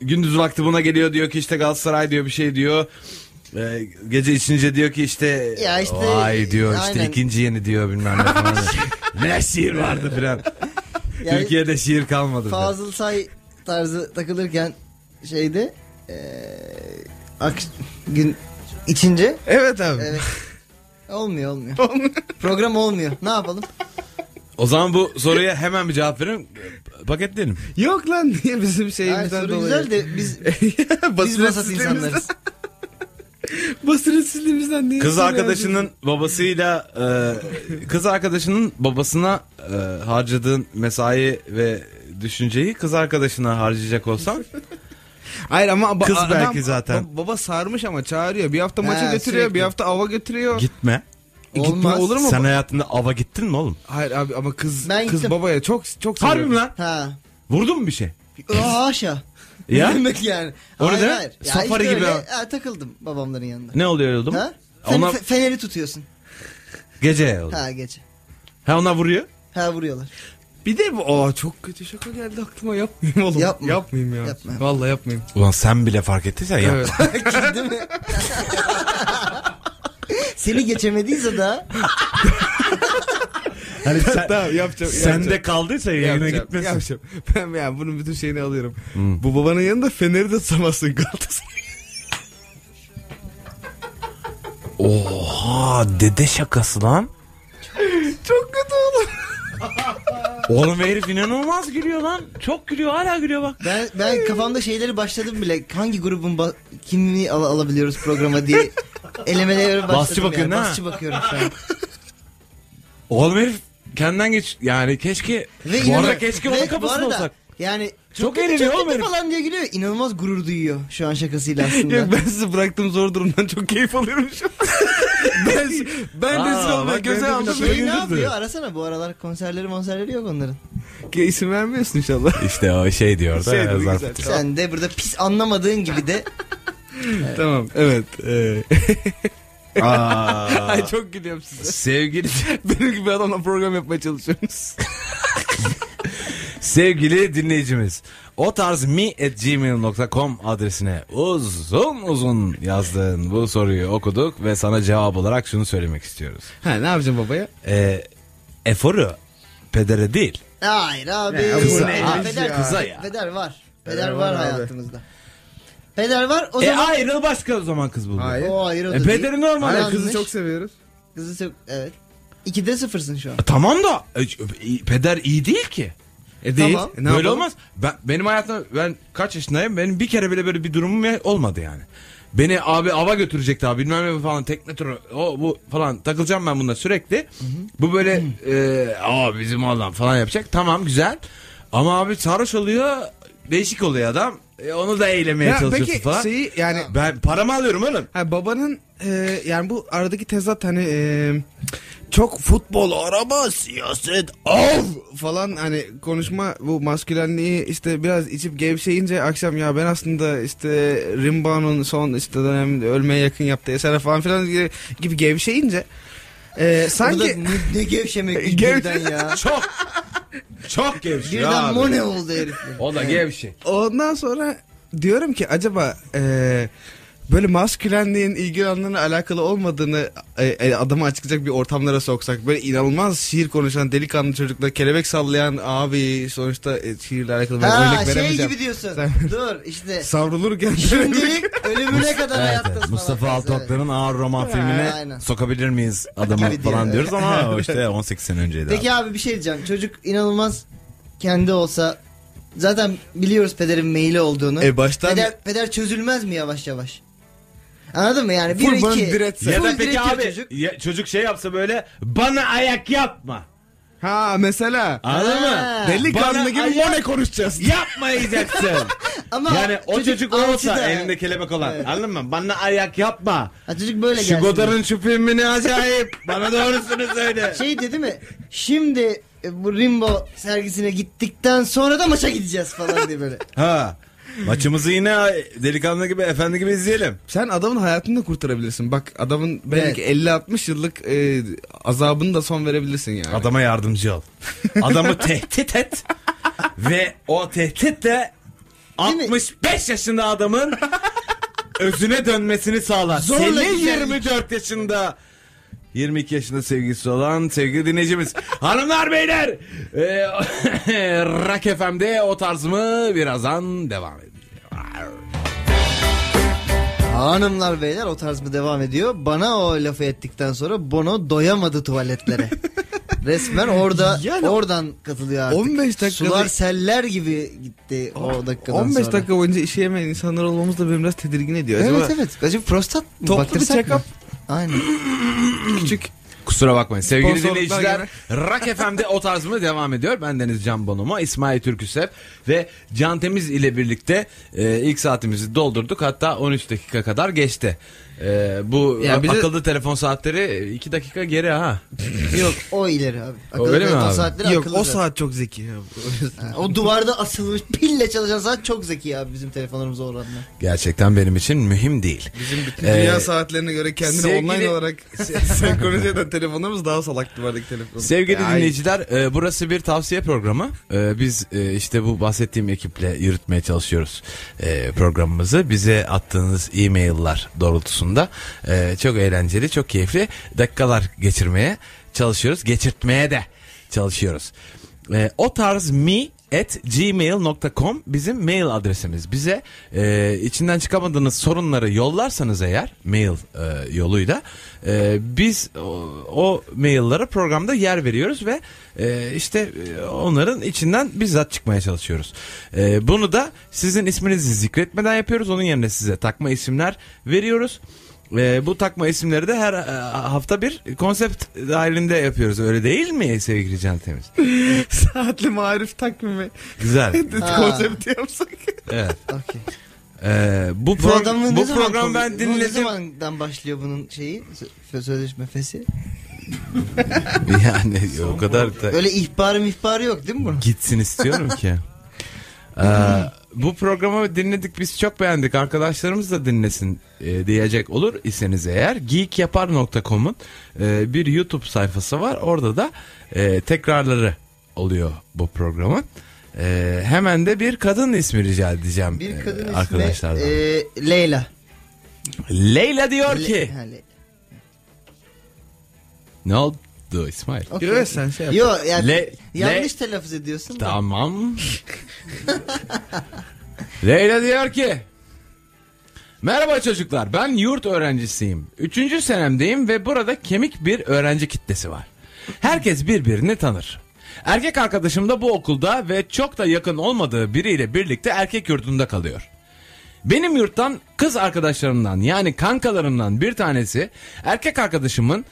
gündüz vakti buna geliyor diyor ki işte Galatasaray diyor bir şey diyor. Ee, gece içince diyor ki işte, Ya işte, vay diyor işte aynen. ikinci yeni diyor bilmem ne falan. ne şiir vardı filan. Yani Türkiye'de şiir kalmadı. filan. Fazıl Say tarzı takılırken şeyde eee ak- gün içince Evet abi. evet. olmuyor olmuyor. Program olmuyor. Ne yapalım? O zaman bu soruya hemen bir cevap verin. Paketleyelim. Yok lan niye bizim Ay, şeyimizden soru dolayı. güzel de biz biz vasat Basiretsizliğimizden- insanlarız. Basiretsizliğimizden değil. Kız arkadaşının babasıyla e, kız arkadaşının babasına e, harcadığın mesai ve düşünceyi kız arkadaşına harcayacak olsan Hayır ama ba- Kız adam- belki zaten. ba- baba sarmış ama çağırıyor. Bir hafta Ha, maça götürüyor, sürekli. bir hafta ava götürüyor. gitme. E, gitme Olmaz. olur mu? Sen hayatında ava gittin mi oğlum? Hayır abi ama kız Ben kız gittim. babaya çok çok Harbi seviyor. mi lan? Ha. Vurdun mu bir şey? Aa, haşa. Ya? Ne demek yani? O ne demek? Ya Safari işte gibi öyle, ha. ha, takıldım babamların yanında. Ne oluyor oğlum? Ha? Sen Ona- fe- feneri tutuyorsun. Gece oldu. Ha gece. Ha ona vuruyor. Ha vuruyorlar. Bir de bu aa çok kötü şaka geldi aklıma yapmayayım oğlum. Yapma. Yapmayayım ya. Yapma. Vallahi yapmayayım. Ulan sen bile fark ettiysen ya. Evet. Değil mi? Seni geçemediyse daha Hani sen, tamam yapacağım. yapacağım. sende kaldıysa yayına Yapacağım, gitmesin. Hmm. yapacağım. Ben yani bunun bütün şeyini alıyorum. Bu babanın yanında feneri de tutamazsın Galatasaray. Oha dede şakası lan. Çok kötü oğlum. Oğlum herif inanılmaz gülüyor lan. Çok gülüyor hala gülüyor bak. Ben ben kafamda şeyleri başladım bile. Hangi grubun ba- kimliği al- alabiliyoruz programa diye elemelere başladım. Basçı yani. bakıyorsun ha? Basçı bakıyorum şu an. Oğlum herif kendinden geç. Yani keşke. Ve bu inanın- arada keşke onun ve kafasında bu arada olsak. Yani çok, Çok kötü, eğleniyor çok oğlum kötü herif. falan diye gülüyor. İnanılmaz gurur duyuyor şu an şakasıyla aslında. Yok ben sizi bıraktığım zor durumdan çok keyif alıyorum şu an. ben ben Aa, rezil olmayı bak göze ben de bir aldım. şey- Şey ne Hayırdır? yapıyor? Arasana bu aralar konserleri monserleri yok onların. Ki İsim vermiyorsun inşallah. İşte o şey diyor da. Şey dedi, zarf- güzel. Tamam. Sen de burada pis anlamadığın gibi de Tamam evet. Ee, Aa, Ay çok gülüyorum size. sevgili Benim gibi adamla program yapmaya çalışıyorsunuz. sevgili dinleyicimiz. O tarz mi at gmail.com adresine uzun uzun yazdığın bu soruyu okuduk ve sana cevap olarak şunu söylemek istiyoruz. ha ne yapacağım babaya? Ee, eforu pedere değil. Hayır abi. Ya bu Kıza- neymiş Aa, ya? Peder, Kıza ya. Peder var. Peder, Peder var, var abi. hayatımızda. Peder var o E zaman. ayrıl başka o zaman kız buldu. Hayır. o hayır o da E değil. pederi normal. Hala Yanlış. kızı çok seviyoruz. Kızı çok evet. İkide sıfırsın şu an. Tamam da e, peder iyi değil ki. E Tamam. değil. E, ne Böyle yapalım? olmaz. Ben benim hayatımda ben kaç yaşındayım? Benim bir kere bile böyle bir durumum ya- olmadı yani. Beni abi ava götürecekti abi bilmem ne falan tekne turu o bu falan takılacağım ben bununla sürekli. Bu böyle e, aa bizim adam falan yapacak. Tamam güzel. Ama abi sarhoş oluyor değişik oluyor adam. E, onu da eylemeye Ya, çalışıyorsun peki şey- falan. şeyi yani Ben paramı alıyorum oğlum. Ha, babanın e, yani bu aradaki tezat hani e, çok futbol, araba, siyaset, av falan hani konuşma bu maskülenliği işte biraz içip gevşeyince akşam ya ben aslında işte Rimbau'nun son işte döneminde ölmeye yakın yaptığı eser falan filan gibi, gibi gevşeyince e, Burada sanki ne, ne gevşemek Gev- birden ya. Çok çok gevşiyor Birden abi. mone oldu herifler. O da gevşek. ondan sonra diyorum ki acaba e, böyle maskülenliğin ilgi alanlarına alakalı olmadığını e, e, adamı açıklayacak bir ortamlara soksak böyle inanılmaz şiir konuşan delikanlı çocuklar kelebek sallayan abi sonuçta e, şiirle alakalı ben Ha örnek şey veremeyeceğim. gibi diyorsun. Sen- Dur işte. Savrulurken Şimdilik ölümüne kadar Evet, hayattasın. evet. falan. Mustafa Altıoklar'ın ağır roman filmine aynen. sokabilir miyiz adamı Gibi falan diyor. diyoruz ama o işte 18 sene önceydi. Peki abi bir şey diyeceğim. Çocuk inanılmaz kendi olsa zaten biliyoruz pederin meyli olduğunu. e, baştan Peder, peder çözülmez mi yavaş yavaş? Anladın mı yani? Bir Full bana iki. diretse. abi. Ya Full da peki diretiyor abi çocuk. çocuk. çocuk şey yapsa böyle bana ayak yapma. ha mesela Anladın Ha. mı? delikanlı Bana gibi ayak- mone konuşacağız. Yapmayacaksın. Ama yani o çocuk, olsa alçıda. elinde kelebek olan. Evet. Anladın mı? Bana ayak yapma. Ha, çocuk böyle Şu gelsin. Godard'ın şu filmi ne acayip. Bana doğrusunu söyle. Şey dedi mi? Şimdi e, bu Rimbo sergisine gittikten sonra da maça gideceğiz falan diye böyle. Ha. Maçımızı yine delikanlı gibi efendi gibi izleyelim. Sen adamın hayatını da kurtarabilirsin. Bak adamın belki 50-60 yıllık e, azabını da son verebilirsin yani. Adama yardımcı ol. Adamı tehdit et ve o tehditle Değil mi? 65 yaşında adamın özüne dönmesini sağlar. Zorla Senin güzellik. 24 yaşında 22 yaşında sevgilisi olan sevgili dinleyicimiz. Hanımlar beyler e, Rock FM'de o tarz mı birazdan devam ediyor. Hanımlar beyler o tarz mı devam ediyor? Bana o lafı ettikten sonra Bono doyamadı tuvaletlere. Resmen orada Yani- oradan katılıyor artık. 15 dakikada- Sular seller gibi gitti o dakikadan 15 sonra. dakika boyunca işe yemeyen insanlar olmamız da beni biraz tedirgin ediyor. Acaba Evet evet. Acaba prostat mı? Toplu bir Baktırsak mı? check-up. Aynen. küçük Hmm. Kusura bakmayın. Sevgili Sponsorluklar dinleyiciler Rock FM'de o tarz mı devam ediyor. Ben Deniz Can Bonomo, İsmail Türküsev ve Can Temiz ile birlikte e, ilk saatimizi doldurduk. Hatta 13 dakika kadar geçti. E, bu Ya bir de- akıllı telefon saatleri 2 dakika geri ha. Yok o ileri abi. Akıllı öyle mi telefon abi? saatleri Yok akıllı o zaten. saat çok zeki. ya. Ha, o duvarda asılmış pille çalışan saat çok zeki abi bizim telefonlarımıza oranla. Gerçekten benim için mühim değil. Bizim bütün Ee, dünya saatlerine göre kendini sevgili- online olarak senkronize eden telefonlarımız daha salak duvardaki telefon. Sevgili Ay, dinleyiciler e, burası bir tavsiye programı. E, biz e, işte bu bahsettiğim ekiple yürütmeye çalışıyoruz e, programımızı. Bize attığınız e-mail'lar doğrultusunda e, çok eğlenceli, çok keyifli dakikalar geçirmeye çalışıyoruz. Geçirtmeye de çalışıyoruz. E, o tarz mi at gmail.com bizim mail adresimiz. Bize e, içinden çıkamadığınız sorunları yollarsanız eğer mail e, yoluyla e, biz o, o maillere programda yer veriyoruz ve e, işte e, onların içinden bizzat çıkmaya çalışıyoruz. E, bunu da sizin isminizi zikretmeden yapıyoruz. Onun yerine size takma isimler veriyoruz. E, bu takma isimleri de her e, hafta bir konsept dahilinde yapıyoruz. Öyle değil mi sevgili Can Temiz? Saatli marif takvimi Güzel. Ha. konsepti yapsak. Evet. Okey. Ee, bu Bu pro- adamı ne bu zaman program kabul- ben bu Ne dinledim. zamandan başlıyor bunun şeyi? sö- Sözleşme fesi. Yani o kadar da Öyle ihbarı mihbarı yok değil mi bunun? gitsin istiyorum ki. Ee, bu programı dinledik biz çok beğendik arkadaşlarımız da dinlesin e, diyecek olur iseniz eğer geekyapar.com'un e, bir YouTube sayfası var orada da e, tekrarları oluyor bu programın E, hemen de bir kadın ismi rica edeceğim Bir e, kadın ismi arkadaşlardan e, Leyla. Leyla diyor Le- ki ha, Le- ne oldu İsmail Okey. Yok sen şey yap. Yo yani Le- yanlış Le- telaffuz ediyorsun. da. Tamam. Leyla diyor ki Merhaba çocuklar ben yurt öğrencisiyim. Üçüncü senemdeyim ve burada kemik bir öğrenci kitlesi var. Herkes birbirini tanır. Erkek arkadaşım da bu okulda ve çok da yakın olmadığı biriyle birlikte erkek yurdunda kalıyor. Benim yurttan kız arkadaşlarımdan yani kankalarımdan bir tanesi erkek arkadaşımın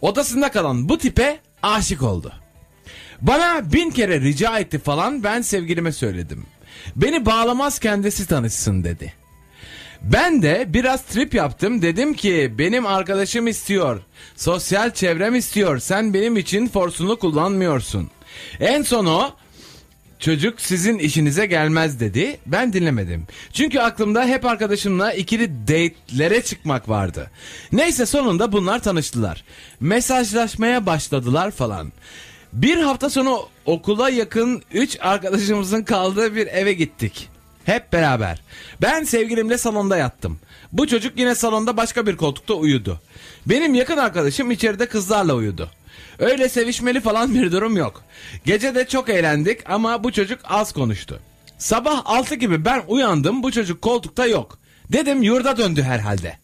odasında kalan bu tipe aşık oldu. Bana bin kere rica etti falan ben sevgilime söyledim. Beni bağlamaz kendisi tanışsın dedi. Ben de biraz trip yaptım dedim ki benim arkadaşım istiyor. Sosyal çevrem istiyor. Sen benim için forsunu kullanmıyorsun. En son o Çocuk sizin işinize gelmez dedi. Ben dinlemedim. Çünkü aklımda hep arkadaşımla ikili date'lere çıkmak vardı. Neyse sonunda bunlar tanıştılar. Mesajlaşmaya başladılar falan. Bir hafta sonu okula yakın 3 arkadaşımızın kaldığı bir eve gittik. Hep beraber. Ben sevgilimle salonda yattım. Bu çocuk yine salonda başka bir koltukta uyudu. Benim yakın arkadaşım içeride kızlarla uyudu. Öyle sevişmeli falan bir durum yok. Gece de çok eğlendik ama bu çocuk az konuştu. Sabah 6 gibi ben uyandım bu çocuk koltukta yok. Dedim yurda döndü herhalde.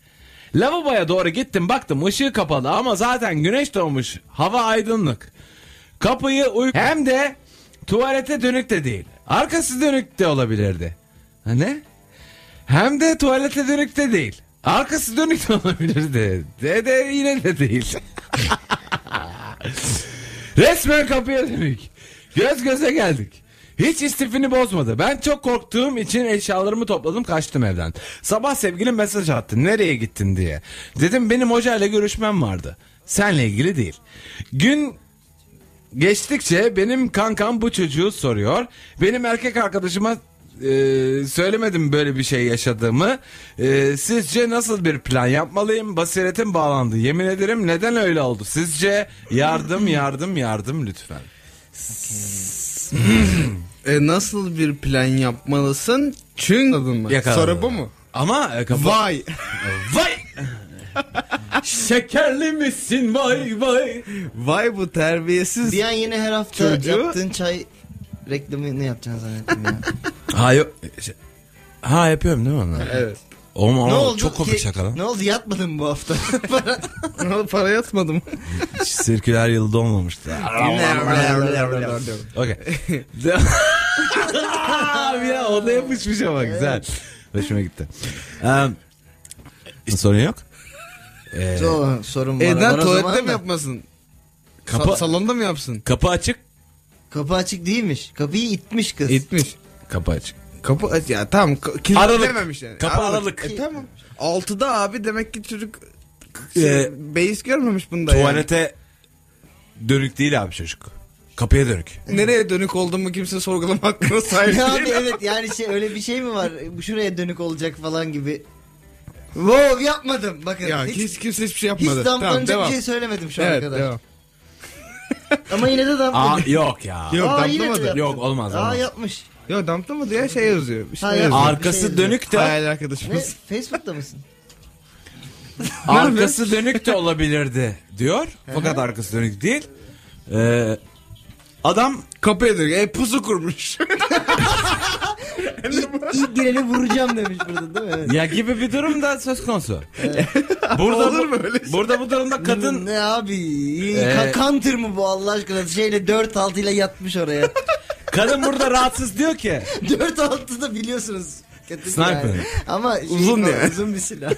Lavaboya doğru gittim baktım ışığı kapalı ama zaten güneş doğmuş. Hava aydınlık. Kapıyı uy hem de tuvalete dönük de değil. Arkası dönük de olabilirdi. Ha ne? Hem de tuvalete dönük de değil. Arkası dönük de olabilirdi. De de yine de değil. Resmen kapıya dönük. Göz göze geldik. Hiç istifini bozmadı. Ben çok korktuğum için eşyalarımı topladım kaçtım evden. Sabah sevgilim mesaj attı. Nereye gittin diye. Dedim benim hocayla görüşmem vardı. Senle ilgili değil. Gün Geçtikçe benim kankam bu çocuğu soruyor. Benim erkek arkadaşıma e, söylemedim böyle bir şey yaşadığımı. E, sizce nasıl bir plan yapmalıyım? Basiretim bağlandı. Yemin ederim neden öyle oldu? Sizce yardım yardım yardım lütfen. E, nasıl bir plan yapmalısın? Çünkü Anladın mı? Yakaladı. Soru bu mu? Ama e, kafa... Vay. Vay! Şekerli misin vay vay. Vay bu terbiyesiz. Bir an yine her hafta Çocuğu- yaptığın çay reklamını yapacaksın zannettim ya. Ha yok. Ha yapıyorum değil mi onu? Evet. Oğlum, ne ama oldu? Çok komik Ki- şaka lan. Ne oldu yatmadın bu hafta? Para- Para yatmadım. Sirküler yılda olmamıştı. E, Okey. Abi ya ona yapışmış ama güzel. Hoşuma gitti. Em, sorun yok. Ee, Zor- Sorun var. Eden Var o tuvalette zaman mi da. yapmasın? Sa- kapı, salonda mı yapsın? kapı açık. Kapı açık değilmiş. Kapıyı itmiş kız. Gitmiş. Kapı açık. Kapı aç ya tamam k- kilitlememiş yani. Kapı aralık. E, tamam. Altıda abi demek ki çocuk şey, Ee, beis görmemiş bunda yani. Tuvalete dönük değil abi çocuk. Kapıya dönük. Nereye dönük olduğumu kimse sorgulama hakkına sahip Ya abi değil. evet yani şey öyle bir şey mi var? Bu Şuraya dönük olacak falan gibi. Wow yapmadım. Bakın Ya hiç, hiç kimse hiçbir şey hiç yapmadı. tamam damlanacak devam. bir şey söylemedim şu ana evet kadar. devam. Ama yine de Aa damladım. yok ya. Yok, Aa, yine de damlamadı. yaptım. Yok, olmaz, Aa olmaz. yapmış. Yo damlamadı ya şey yazıyor. Bir şey Hayır. yazıyor. Arkası Bir şey dönük de Hayal Ne? arkadaşımız. Facebook'ta mısın? arkası dönük de olabilirdi diyor. Fakat arkası dönük değil. Ee, adam Kapıya dönük. E pusu kurmuş. İlk, ilk gireni vuracağım demiş burada değil mi? Evet. Ya gibi bir durum da söz konusu. burada Olur bu- mu öyle şey? Burada bu durumda kadın Ne abi? Ee, Ee... Counter mı bu Allah aşkına? Şeyle 4-6 ile yatmış oraya. kadın burada rahatsız diyor ki 4-6 da biliyorsunuz. Kötü Sniper. silah yani. Ama şey, Uzun o- yani. Uzun bir silah.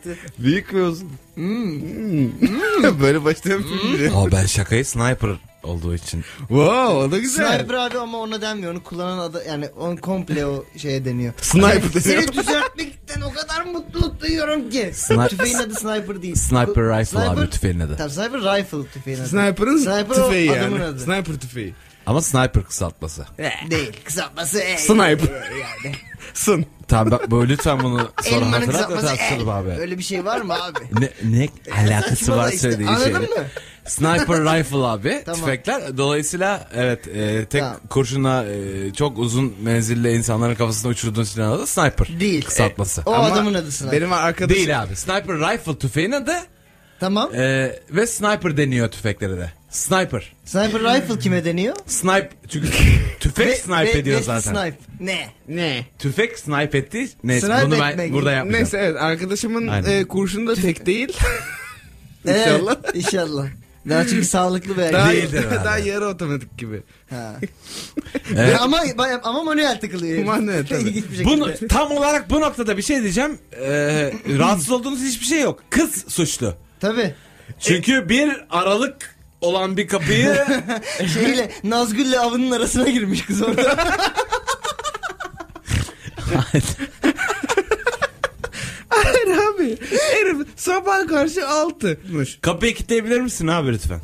Hmm. Hmm. Büyük ve uzun. Hmm. Böyle başlayan film bile. Aa ben şakayı sniper olduğu için. Wow o da güzel. Sniper abi ama ona denmiyor. Onu kullanan adı yani on komple o şeye deniyor. Sniper Seni- deniyor. Seni düzeltmekten o kadar mutlu duyuyorum ki. Sni- tüfeğin adı sniper değil. Sniper rifle abi Sniper- tüfeğin adı. Tabii sniper rifle tüfeğin adı. Sniper'ın Sniper o tüfeği adamın yani. adı. Sniper tüfeği. Ama sniper kısaltması. Değil. Kısaltması E. Sniper. Yani. Sın. Tamam bak bu lütfen bunu sonra Elmanın hatırlat da kısaltması tartışalım E. abi. Öyle bir şey var mı abi? Ne, ne alakası Saçmalama var işte, söylediği anladın şeyle. mı? Sniper rifle abi Tamam. tüfekler. Dolayısıyla evet e, tek Tamam. kurşuna e, çok uzun menzilli insanların kafasına uçurduğun silahın adı sniper. Değil. E, Kısaltması. O Ama adamın adı sniper. Benim arkadaşım. Değil abi. Sniper rifle tüfeğin adı Tamam. e, ve sniper deniyor tüfeklere de. Sniper. Sniper rifle kime deniyor? Snipe çünkü tüfek snipe ediyor ve zaten. Snipe. Ne? Ne? Tüfek snipe etti. Neyse Snipe bunu ben etmek. burada yapmayacağım. Neyse evet arkadaşımın Aynen. e, kurşunu da tek değil. İnşallah. İnşallah. Evet, inşallah. Daha çünkü sağlıklı bir daha, erkek. Değildir herhalde. daha yarı otomatik gibi. Ha. Evet. Ya Ama baya- ama manuel takılıyor. herif. Manuel, tabii. İlginç bir şekilde. Bunu, tam olarak bu noktada bir şey diyeceğim. Ee, rahatsız olduğunuz hiçbir şey yok. Kız suçlu. Tabii. Çünkü bir aralık olan bir kapıyı Şeyle Nazgül'le avının arasına girmiş kız orada. Hayır abi. Herif sabah karşı 6'mış. kapıyı kilitleyebilir misin abi lütfen?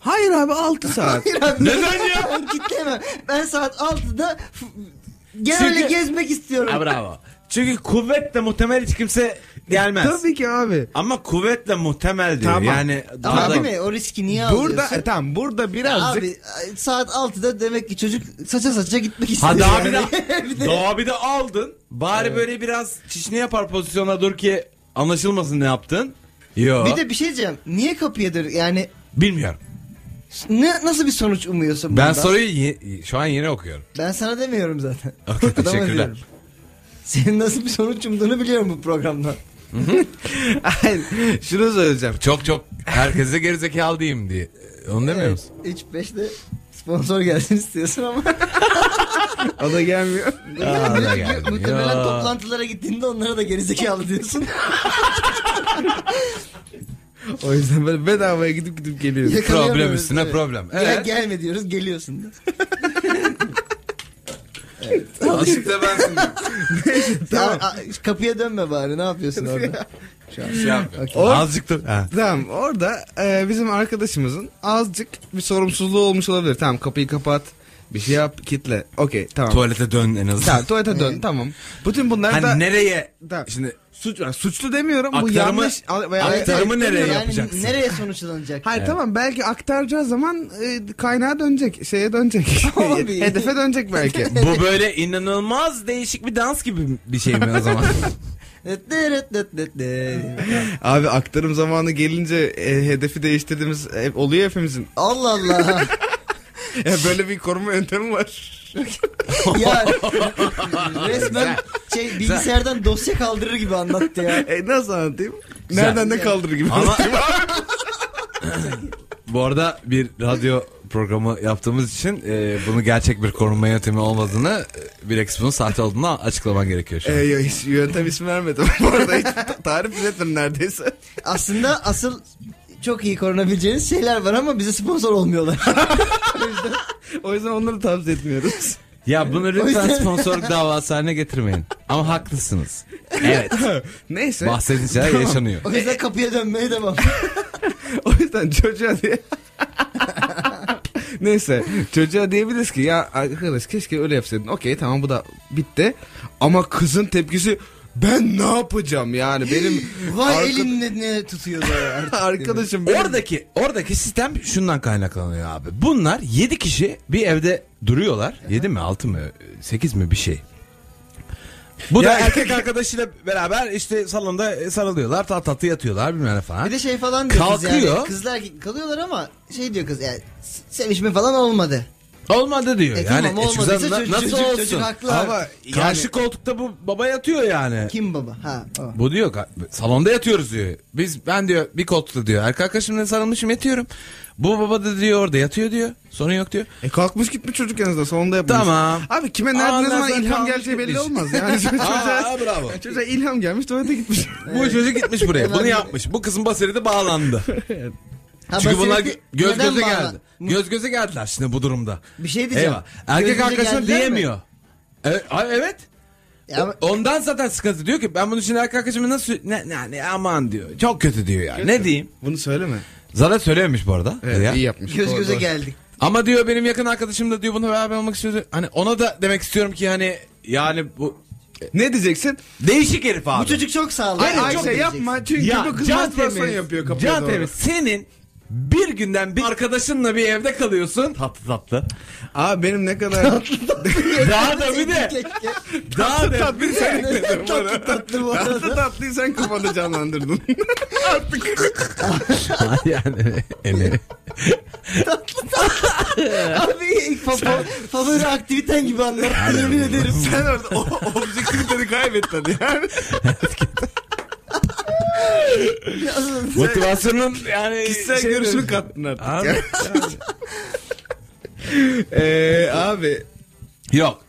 Hayır abi 6 saat. Hayır abi. Neden ya? Ben kitleyemem. Ben saat 6'da f- genelde Çünkü- gezmek istiyorum. Ha, bravo. Çünkü kuvvetle muhtemel hiç kimse gelmez. Tabii ki abi. Ama kuvvetle muhtemel diyor. Tamam. Yani Ama burada- değil mi? O riski niye Burada alıyorsun? e, tamam burada birazcık Abi saat 6'da demek ki çocuk saça saça gitmek istiyor. Hadi abi de, Yani. Bir de- abi de aldın. Bari böyle biraz çişini yapar pozisyona dur ki anlaşılmasın ne yaptın. Yo. Bir de bir şey diyeceğim. Niye kapıya dön? Yani Bilmiyorum. ne, nasıl bir sonuç Ben umuyorsun bundan? soruyu ye- şu an yeni okuyorum. Ben sana demiyorum zaten. Okey, Adama teşekkürler. diyorum. Senin nasıl bir sonuç umduğunu biliyorum bu programdan. Hayır, şunu söyleyeceğim. Çok çok herkese gerizekalı diyeyim diye. Onu demiyor musun? 3-5'te sponsor gelsin istiyorsun ama O da gelmiyor. Aa, o da geldi. muhtemelen Ya. toplantılara gittiğinde onlara da gerizekalı diyorsun. O yüzden böyle bedavaya gidip gidip geliyoruz. Yakalayamıyoruz, Problem üstüne evet. problem. Gel- Evet. gelme diyoruz geliyorsun. da. Azıcık da bensin. Ya, a- kapıya dönme bari ne yapıyorsun orada? Şey yapıyorum. O- Azıcık da. Ha. Tamam orada e, bizim arkadaşımızın azıcık bir sorumsuzluğu olmuş olabilir. Tamam kapıyı kapat. Bir şey yap kitle. Okey tamam. Tuvalete dön en azından. tamam tuvalete dön tamam. Bütün bunlar Hani da nereye? Tamam. Şimdi suç, yani suçlu demiyorum. bu Aktarımı- yanlış. al- veya- Aktarımı Hayır, nereye Yani yapacaksın? Nereye sonuçlanacak? Hayır tamam belki aktaracağı zaman e, kaynağa dönecek. Şeye dönecek. Abi. Hedefe dönecek belki. bu böyle inanılmaz değişik bir dans gibi bir şey mi o zaman? Dıt dıt dıt dıt dıt. Abi aktarım zamanı gelince e, hedefi değiştirdiğimiz hep oluyor hepimizin. Allah Allah. Ya böyle bir koruma yöntemi var. ya resmen şey bilgisayardan dosya kaldırır gibi anlattı ya. E, nasıl anlatayım? Nereden ne kaldırır gibi. Ama bu arada bir radyo programı yaptığımız için e, bunu gerçek bir korunma yöntemi olmadığını, e, bir ekspinin sahte olduğunu açıklaman gerekiyor şu E, an. yo, hiç yöntem ismi vermedim. Bu arada hiç ta- tarif üretmedim neredeyse. Aslında asıl çok iyi korunabileceğiniz şeyler var ama bize sponsor olmuyorlar. O yüzden onları tavsiye etmiyoruz. Ya bunu lütfen yüzden- sponsorluk davası haline getirmeyin. Ama haklısınız. Evet. Neyse. Bahsettiğiniz şeyler yaşanıyor. O yüzden kapıya dönmeye devam. o yüzden çocuğa diye... Neyse çocuğa diyebiliriz ki ya arkadaş keşke öyle yapsaydın. Okey tamam bu da bitti. Ama kızın tepkisi ben ne yapacağım yani benim Vay arka- elin ne tutuyor da artık. arkadaşım benim- Oradaki oradaki sistem şundan kaynaklanıyor abi. Bunlar 7 kişi bir evde duruyorlar. 7 mi 6 mı 8 mi bir şey. Bu da Ya- erkek arkadaşıyla beraber işte salonda sarılıyorlar, tat tatlı yatıyorlar bilmem ne falan. Bir de şey falan diyor kız yani. Kalkıyor. Kızlar ki- kalıyorlar ama şey diyor kız yani s- sevişme falan olmadı. Olmadı diyor. E yani tamam, olmadıysa çocuk- çocuk- nasıl çocuk- olsun? çocuk haklı abi. Ama karşı koltukta bu baba yatıyor yani. Kim baba? Ha o. Bu diyor ka- salonda yatıyoruz diyor. Biz ben diyor bir koltukta diyor. Erkek arkadaşımla sarılmışım yatıyorum. Bu baba da diyor orada yatıyor diyor. Sorun yok diyor. E kalkmış gitmiş çocuk en azından sonunda yapmış. Tamam. Abi kime nerede Aa, ne zaman nereden ilham kalmış geleceği belli gitmiş. olmaz. Yani çocuğa, Aa, bravo. çocuğa ilham gelmiş tuvalete gitmiş. Bu çocuk gitmiş buraya. Hemen Bunu bir- yapmış. Bu kızın basiri de bağlandı. Çünkü bunlar gö- basireti göz neden göze bağla- geldi. Göz göze geldiler şimdi bu durumda. Bir şey diyeceğim. Eyvah. Erkek Gözünüze arkadaşına geldiler mi? diyemiyor. E, ay, evet. Ya ama- Ondan zaten sıkıntı diyor ki ben bunu şimdi erkek arkadaşıma nasıl ne, ne, ne aman diyor. Çok kötü diyor yani. Ne diyeyim? Bunu söyleme. Zara söylememiş bu arada. Evet, Ya. iyi yapmış. göz Doğru, göze doğru. geldik. Ama diyor benim yakın arkadaşım da diyor bunu beraber olmak istiyor. Hani ona da demek istiyorum ki yani yani bu Ne diyeceksin? değişik herif abi. Bu çocuk çok sağlam. Ay, Çok Ayşe diyeceksin. yapma çünkü bu kız masrafsan yapıyor kapıya can doğru. temiz. Senin bir günden bir arkadaşınla bir evde kalıyorsun. Tatlı tatlı. Abi benim ne kadar Daha da bir de Keşke. daha da tatlı sen ekledin bana. tatlı tatlı bu Tatlı arada. tatlıyı sen kafanda canlandırdın. yani ele. Abi ilk favori, favori aktiviten gibi anlattın yemin ederim. sen orada o, objektiviteni kaybettin yani. Motivasyonun yani Kişisel şey görüşünü diyorum. kattın artık. Abi, ya. Ee, abi Yok.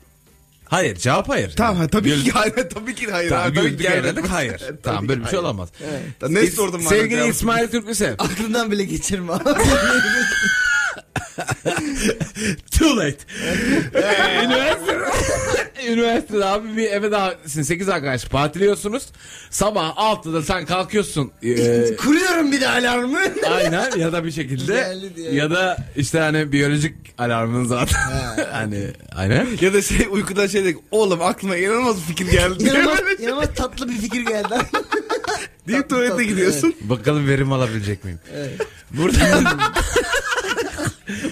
Hayır cevap hayır. tamam ha, tabii Gül- ki hayır tabii ki hayır. Tamam, abi, gül, tabii ki hayır. gelmedik hayır. tamam böyle bir şey olamaz. Ne İs- sordum bana Sevgili cevap? İsmail Türklüsev. Aklından bile geçirme. Too late. Ee, Üniversite. Üniversitede abi bir eve davetlisin. 8 arkadaş partiliyorsunuz. Sabah 6'da sen kalkıyorsun. Ee, Kuruyorum bir de alarmı. aynen ya da bir şekilde. Geldi diye. ya da işte hani biyolojik alarmın zaten. hani aynen. Ya da şey uykudan şey dedik. Oğlum aklıma inanılmaz bir fikir geldi. inanılmaz, inanılmaz tatlı bir fikir geldi. Deyip tuvalete tatlı, gidiyorsun. Bakalım verim alabilecek miyim? Burada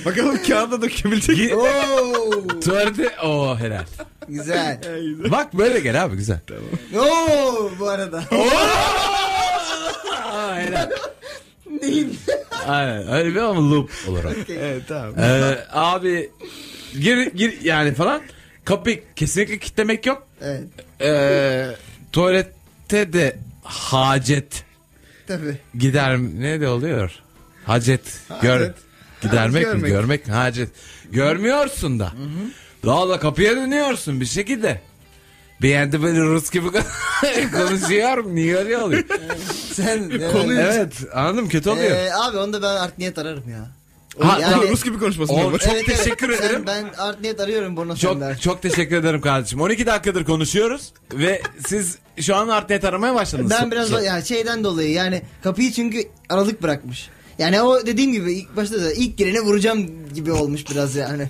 Bakalım kağıda dökebilecek. mi? Oo, tuvalete o helal. güzel. Bak böyle gel abi güzel. Oo bu arada. Aa, helal. Neyin? Aynen öyle bir ama loop olarak. evet tamam. Ee, abi gir gir yani falan. Kapıyı kesinlikle kilitlemek yok. Evet Ee, tuvalette de hacet tabii. gider ne de oluyor? Hacet gör Hacet. gidermek mi Görmek. görmek mi? hacet. Görmüyorsun da. Daha da kapıya dönüyorsun bir şekilde. Bir yerde böyle Rus gibi konuşuyorum. Niye öyle oluyor? Sen yani- Konuyu- evet anladım kötü oluyor. Ee, abi onu da ben art niyet ararım ya. Ha, Oğlum, yani- Rus gibi konuşmasın. Oğlum, baba. Çok teşekkür Sen- ederim. Ben art niyet arıyorum Borna Sender. Çok çok teşekkür ederim kardeşim. 12 dakikadır konuşuyoruz ve siz şu an Artnet aramaya başladınız. Ben biraz ya şeyden dolayı yani kapıyı çünkü aralık bırakmış. Yani o dediğim gibi ilk başta da ilk girene vuracağım gibi olmuş biraz yani.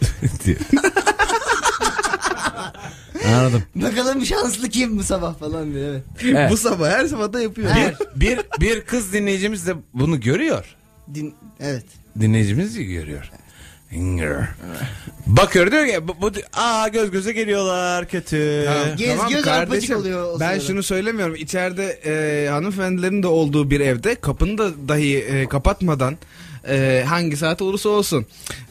Anladım. Bakalım şanslı kim bu sabah falan diye. Evet. Evet. Bu sabah her sabah da yapıyor. Bir, bir, bir kız dinleyicimiz de bunu görüyor. Din, evet. Dinleyicimiz de görüyor. Görüyor. Bakıyor diyor ki bu, bu- aa göz göze geliyorlar kötü. Gez- göz arpacık oluyor o Ee, Ben sırada. şunu söylemiyorum. İçeride e, hanımefendilerin de olduğu bir evde kapını da dahi e, kapatmadan e, hangi saat olursa olsun.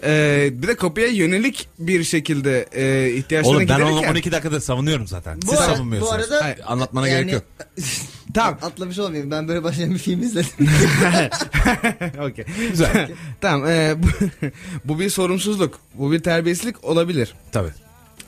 E, bir de kapıya yönelik bir şekilde e, ihtiyaçlarını Oğlum ben onu giderirken. 12 dakikadır savunuyorum zaten. Bu Siz ara- savunmuyorsunuz. bu arada- Hayır, anlatmana Yani- gerek yok. Tamam. Atlamış olmayayım. Ben böyle başlayan bir film izledim. Okey. Güzel. tamam. e, bu, bu bir sorumsuzluk. Bu bir terbiyesizlik olabilir. Tabii.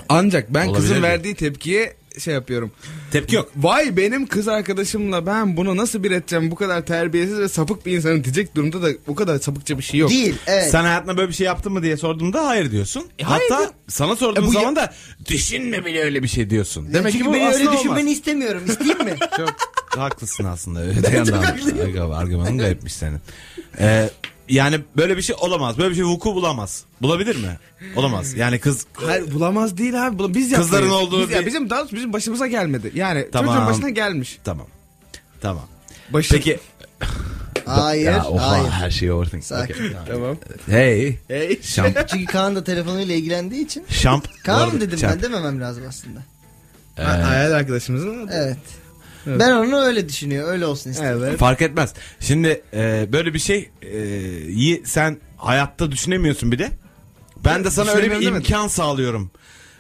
Ancak ben Olabilir kızın mi? verdiği tepkiye şey yapıyorum. Tepki yok. Vay benim kız arkadaşımla ben bunu nasıl bir edeceğim bu kadar terbiyesiz ve sapık bir insanı diyecek durumda da bu kadar sapıkça bir şey yok. Değil. Evet. E, Sen hayatında böyle bir şey yaptın mı diye sorduğumda hayır diyorsun. Hatta sana sorduğum E bu ya- zaman da düşünme bile öyle bir şey diyorsun. Demek Demek Çünkü ki bu beni aslında öyle olmaz. düşünmeni istemiyorum. İsteyeyim mi? Çok haklısın aslında. Öte yandan Aga, argümanın garipmiş senin. Ee, yani böyle bir şey olamaz. Böyle bir şey vuku bulamaz. Bulabilir mi? Olamaz. Yani kız Hayır bulamaz değil abi. bula- Biz Kızların yapmayız. olduğu Biz- ya bir- bizim daha doğrusu bizim başımıza gelmedi. Yani Tamam. çocuğun başına gelmiş. tamam. Tamam. Başına. Peki. Hayır. Ya, oha, hayır. her şeyi overthink. Sakin. Okey, tamam. Tamam. Hey. Hey. Şamp. Çünkü Kaan da telefonuyla ilgilendiği için. Şamp. Bu Kaan arada dedim şamp. ben dememem lazım aslında. Ee. Ha- Hayal arkadaşımızın adı. Evet. Ben onu öyle düşünüyor. Öyle olsun istiyorum. Evet. Fark etmez. Şimdi e, böyle bir şey e, yi- sen hayatta düşünemiyorsun bir de. Ben de sana öyle bir Düşünemiyorum imkan sağlıyorum.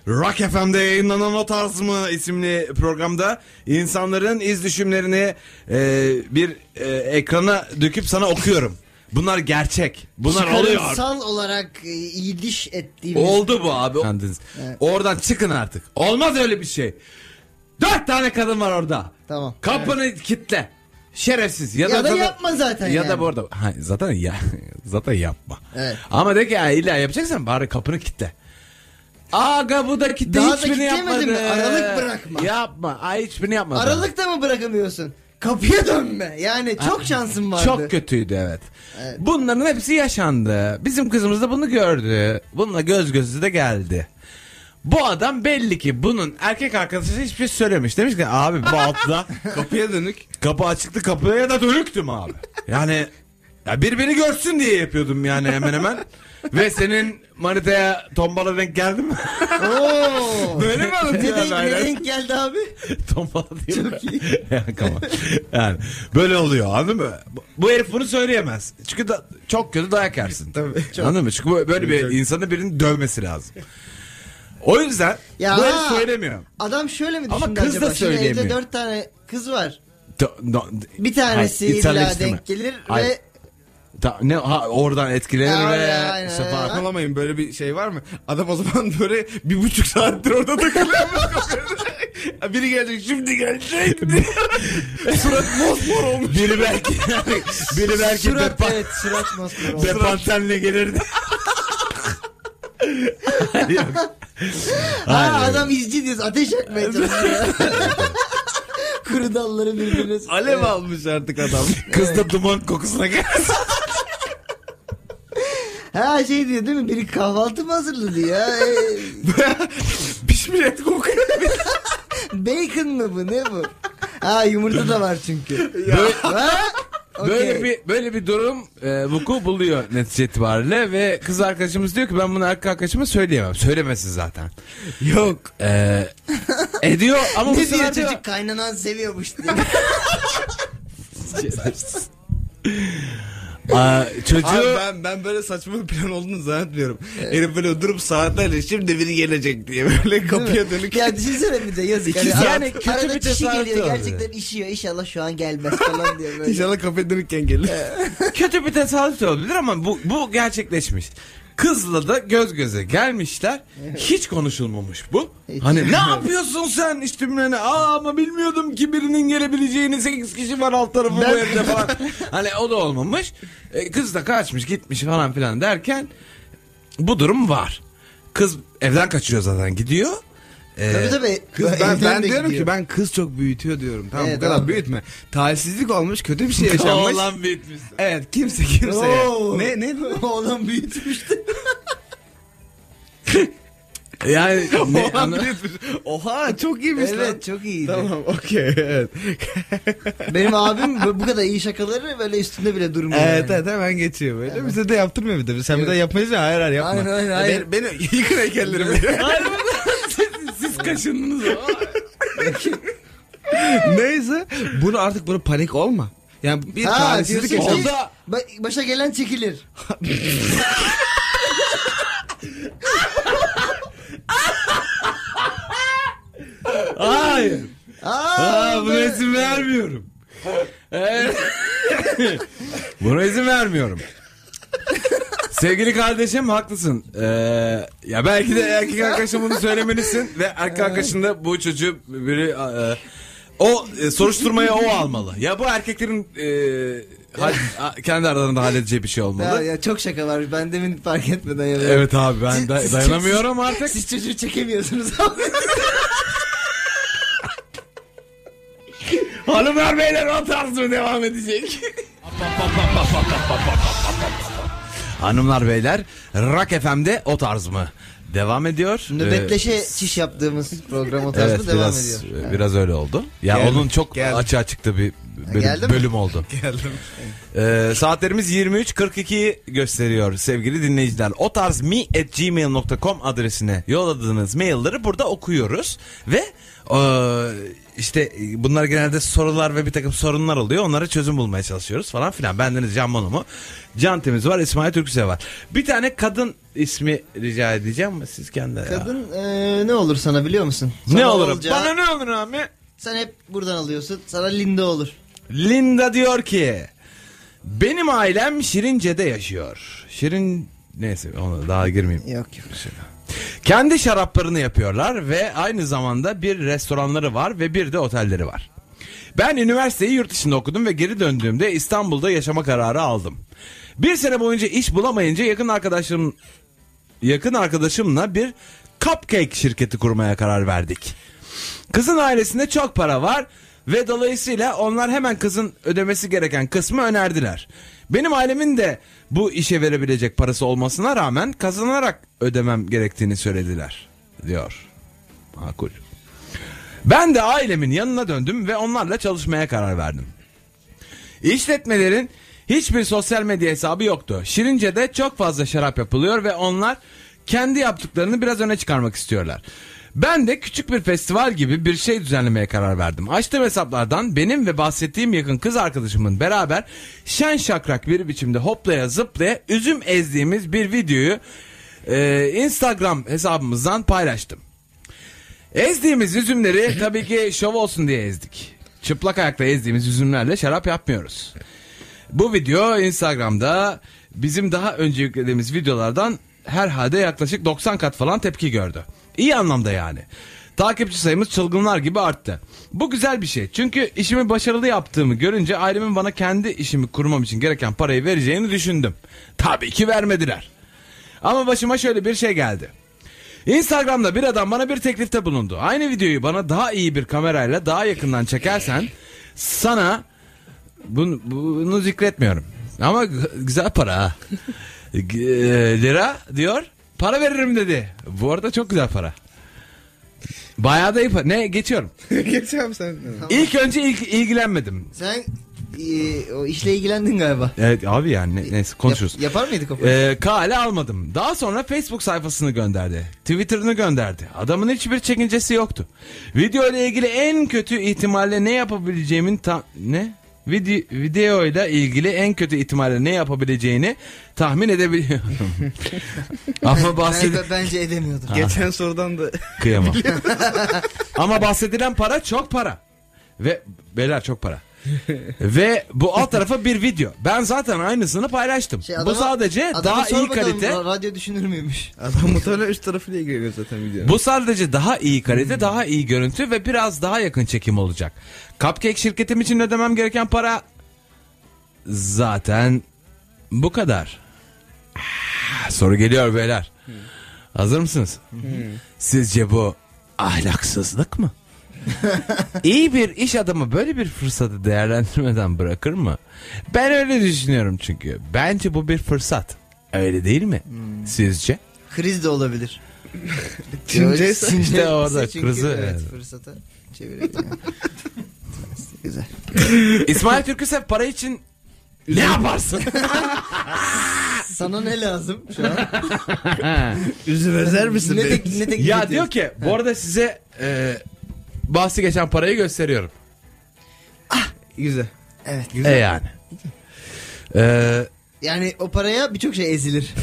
Rock FM'de yayınlanan o tarz mı isimli programda insanların iz düşümlerini e, bir e, ekrana döküp sana okuyorum. Bunlar gerçek. Bunlar oluyor. Çıkarımsal olarak e, iyiliş ettiğimiz. Oldu bu abi. Anladınız. Evet. Oradan çıkın artık. Olmaz öyle bir şey. Dört tane kadın var orada. Tamam. Kapını kitle. Şerefsiz. Ya, Ya, da, zaten- yapma zaten Ya yani. da bu arada ha, zaten ya zaten yapma. Evet. Ama de ki ya, illa yapacaksan bari kapını kitle. Aga bu da kitle Daha da hiçbirini yapmadı. kitlemedin mi? Aralık bırakma. Yapma. Ay hiçbirini yapmadı. Aralıkta mı bırakamıyorsun? Kapıya dönme. Yani çok şansın vardı. Çok kötüydü evet. Evet. Bunların hepsi yaşandı. Bizim kızımız da bunu gördü. Bununla göz gözü de geldi. Bu adam belli ki bunun erkek arkadaşı hiçbir şey söylemiş. Demiş ki abi bu hafta Kapıya dönük. kapı açıktı kapıya da dönüktüm abi. Yani ya birbirini görsün diye yapıyordum yani hemen hemen. Ve senin manitaya tombala denk geldi mi? Oo. Böyle mi ne, anlatıyor denk, ne haberler? denk geldi abi? tombala değil mi? yani, tamam. yani böyle oluyor anladın mı? Bu, bu herif bunu söyleyemez. Çünkü da, çok kötü dayak yersin. Tabii. Anladın mı? Çünkü bu- böyle bir insanın birinin dövmesi lazım. O yüzden Ya. bu herif söylemiyor. Adam şöyle mi Ama düşündü kız da acaba? Şimdi evde söyleyemiyor. dört tane kız var. Do- do- Bir tanesi Hayır, illa içselleştirme. denk gelir Hayır. ve Ta- ne ha, oradan etkilenir Ya, ve aynen, işte aynen. falan. Saçmalamayın böyle bir şey var mı? Adam o zaman böyle bir buçuk saattir orada takılıyor. Biri gelecek şimdi gelecek. diye. Surat mosmor olmuş. Biri belki biri belki surat depa- evet surat masmur oldu. depantenle gelirdi. Yok. Ha, Hayır. adam izci diyoruz. Ateş yakmaya çalışıyor. Kuru dalları birbirine sıkıyor. Alev almış artık adam. Kız da duman kokusuna geldi. Ha şey diyor değil mi? Biri kahvaltı mı hazırladı ya? Ee, Pişmiş et kokuyor. bacon mı bu? Ne bu? Ha yumurta da var çünkü. Böyle- Ha? Böyle Okey. bir böyle bir durum e, vuku buluyor netice itibariyle ve kız arkadaşımız diyor ki ben bunu erkek arkadaşıma söyleyemem. Söylemesin zaten. Yok. E, ediyor ama bu Ne diyor sefer diyor- çocuk? Kaynanan seviyormuş diyor. Aa, Abi çocuğu ben, ben böyle saçma bir plan olduğunu zannetmiyorum. Herif böyle durup saatlerce şimdi biri gelecek diye böyle kapıya dönük. ya düşünsene bir de yazık. İki saat. Yani arada kötü bir kişi tesadüf geliyor oldu. gerçekten işiyor. İnşallah şu an gelmez falan diyor böyle. İnşallah kapıya dönükken gelir. kötü bir tesadüf de olabilir ama bu, bu gerçekleşmiş. Kızla da göz göze gelmişler. Hiç konuşulmamış bu. Hiç. Hani ne yapıyorsun sen işte bilmem ne. Aa ama bilmiyordum ki birinin gelebileceğini 8 kişi var alt tarafı bu evde falan. hani o da olmamış. E, kız da kaçmış gitmiş falan filan derken bu durum var. Kız evden kaçıyor zaten gidiyor. E, Tabii tabii. Kız ben, Evden ben de diyorum ki gidiyor. ben kız çok büyütüyor diyorum. Tamam Evet, bu kadar tamam. büyütme. Talihsizlik olmuş, kötü bir şey yaşanmış. Oğlan bitmiş. Evet kimse kimseye. Oo. Ne ne bu? Oğlan büyütmüştü. Yani ne, Oğlan anla- büyütmüş. Oha çok iyiymiş lan. evet çok iyiydi. Tamam okey evet. Benim abim bu- bu kadar iyi şakaları böyle üstünde bile durmuyor. evet yani. evet hemen geçiyor böyle. Bize de yaptırmıyor bir de. Sen bir daha yapmayız ya. Hayır hayır yapma. Hayır, hayır, hayır. Beni, beni yıkın heykellerimi. Hayır, siz, siz kaşındınız ama. Neyse. Bunu artık bunu panik olma. Yani bir Ha, talihsizlik diyorsun yaşanmış. ki- Ba- başa gelen çekilir. Hayır. Aa, Aa, buna böyle- izin vermiyorum. Evet. buna izin vermiyorum. Sevgili kardeşim haklısın. Ee, ya belki de erkek arkadaşım bunu söylemelisin ve erkek arkadaşın da bu çocuğu biri e, o e, soruşturmaya o almalı. Ya bu erkeklerin e, hal- a- kendi aralarında halledeceği bir şey Ya, olmalı. ya çok şaka var. Ben demin fark etmeden ya. Evet abi ben Siz- da- siz- dayanamıyorum artık. Siz çocuğu çekemiyorsunuz abi. Hanımlar beyler o tarz mı devam edecek? Hanımlar beyler Rock FM'de o tarz mı? Devam ediyor. Nöbetleşe çiş yaptığımız program o Ee, tarzda evet, devam biraz, ediyor. e, biraz öyle oldu. Ya Geldim, onun çok geldim. açığa çıktı bir bölüm, geldi mi? bölüm oldu. Geldim. Ee, saatlerimiz 23.42 gösteriyor sevgili dinleyiciler. O tarz mi at gmail.com adresine yolladığınız mailleri burada okuyoruz. Ve e, işte e, bunlar genelde sorular ve bir takım sorunlar oluyor. Onlara çözüm bulmaya çalışıyoruz falan filan. Bendeniz Can Bonomo. Can Temiz var, İsmail Türküse var. Bir tane kadın ismi rica edeceğim ama siz kendi... Kadın e, ne olur sana biliyor musun? ne Sana olur? olacağı- Bana ne olur abi? Sen hep buradan alıyorsun. Sana Linda olur. Linda diyor ki benim ailem Şirince'de yaşıyor. Şirin neyse ona daha girmeyeyim. şey Yok yok. Kendi şaraplarını yapıyorlar ve aynı zamanda bir restoranları var ve bir de otelleri var. Ben üniversiteyi yurt dışında okudum ve geri döndüğümde İstanbul'da yaşama kararı aldım. Bir sene boyunca iş bulamayınca yakın arkadaşım yakın arkadaşımla bir cupcake şirketi kurmaya karar verdik. Kızın ailesinde çok para var ve dolayısıyla onlar hemen kızın ödemesi gereken kısmı önerdiler. Benim ailemin de bu işe verebilecek parası olmasına rağmen kazanarak ödemem gerektiğini söylediler diyor. Makul. Ben de ailemin yanına döndüm ve onlarla çalışmaya karar verdim. İşletmelerin hiçbir sosyal medya hesabı yoktu. Şirince'de çok fazla şarap yapılıyor ve onlar kendi yaptıklarını biraz öne çıkarmak istiyorlar. Ben de küçük bir festival gibi bir şey düzenlemeye karar verdim. Açtığım hesaplardan benim ve bahsettiğim yakın kız arkadaşımın beraber şen şakrak bir biçimde hoplaya zıplaya üzüm ezdiğimiz bir videoyu e, Instagram hesabımızdan paylaştım. Ezdiğimiz üzümleri tabii ki şov olsun diye ezdik. Çıplak ayakla ezdiğimiz üzümlerle şarap yapmıyoruz. Bu video Instagram'da bizim daha önce yüklediğimiz videolardan herhalde yaklaşık 90 kat falan tepki gördü. İyi anlamda yani. Takipçi sayımız çılgınlar gibi arttı. Bu güzel bir şey. Çünkü işimi başarılı yaptığımı görünce ailemin bana kendi işimi kurmam için gereken parayı vereceğini düşündüm. Tabii ki vermediler. Ama başıma şöyle bir şey geldi. Instagram'da bir adam bana bir teklifte bulundu. Aynı videoyu bana daha iyi bir kamerayla daha yakından çekersen sana bunu, bunu zikretmiyorum. Ama g- güzel para ha. G- e, lira diyor. Para veririm dedi. Bu arada çok güzel para. Bayağı da iyi para. Ne geçiyorum. Geç abi sen. İlk önce ilk, ilgilenmedim. Sen e, o işle ilgilendin galiba. Evet abi yani ne- neyse konuşuruz. Yap- yapar mıydık o parayı? Ee, kale almadım. Daha sonra Facebook sayfasını gönderdi. Twitter'ını gönderdi. Adamın hiçbir çekincesi yoktu. Video ile ilgili en kötü ihtimalle ne yapabileceğimin ta- ne? Video, video ile ilgili en kötü ihtimalle ne yapabileceğini tahmin edebiliyorum. Ama bahsed Ben- bence edemiyordur. Geçen sorudan da kıyamam. Ama bahsedilen para çok para. Ve beyler çok para. Ve bu alt tarafa bir video. Ben zaten aynısını paylaştım. Şey, bu adama- sadece adama daha iyi sormadan kalite. ra- Radyo düşünür müymüş? adam muhtemelen üst tarafıyla ilgileniyor zaten videonun. Bu sadece daha iyi kalite, daha iyi görüntü ve biraz daha yakın çekim olacak. Cupcake şirketim için ödemem gereken para zaten bu kadar. Ah, Soru geliyor beyler. Hazır mısınız? Sizce bu ahlaksızlık mı? iyi bir iş adamı böyle bir fırsatı değerlendirmeden bırakır mı? Ben öyle düşünüyorum çünkü. Bence bu bir fırsat. Öyle değil mi? Sizce? Kriz de olabilir. Çince ise- Sinirlenirse İşte orada çünkü, krizi, Evet, evet. fırsata çevirelim. yani. Güzel. İsmail Türküsev para için ne yaparsın? Sana ne lazım şu an? Üzüm özer misin? ne beni? tek, ne tek ya diyor ki bu arada size e, bahsi geçen parayı gösteriyorum. Güzel. Evet. E yani. E, Yani o paraya birçok şey ezilir.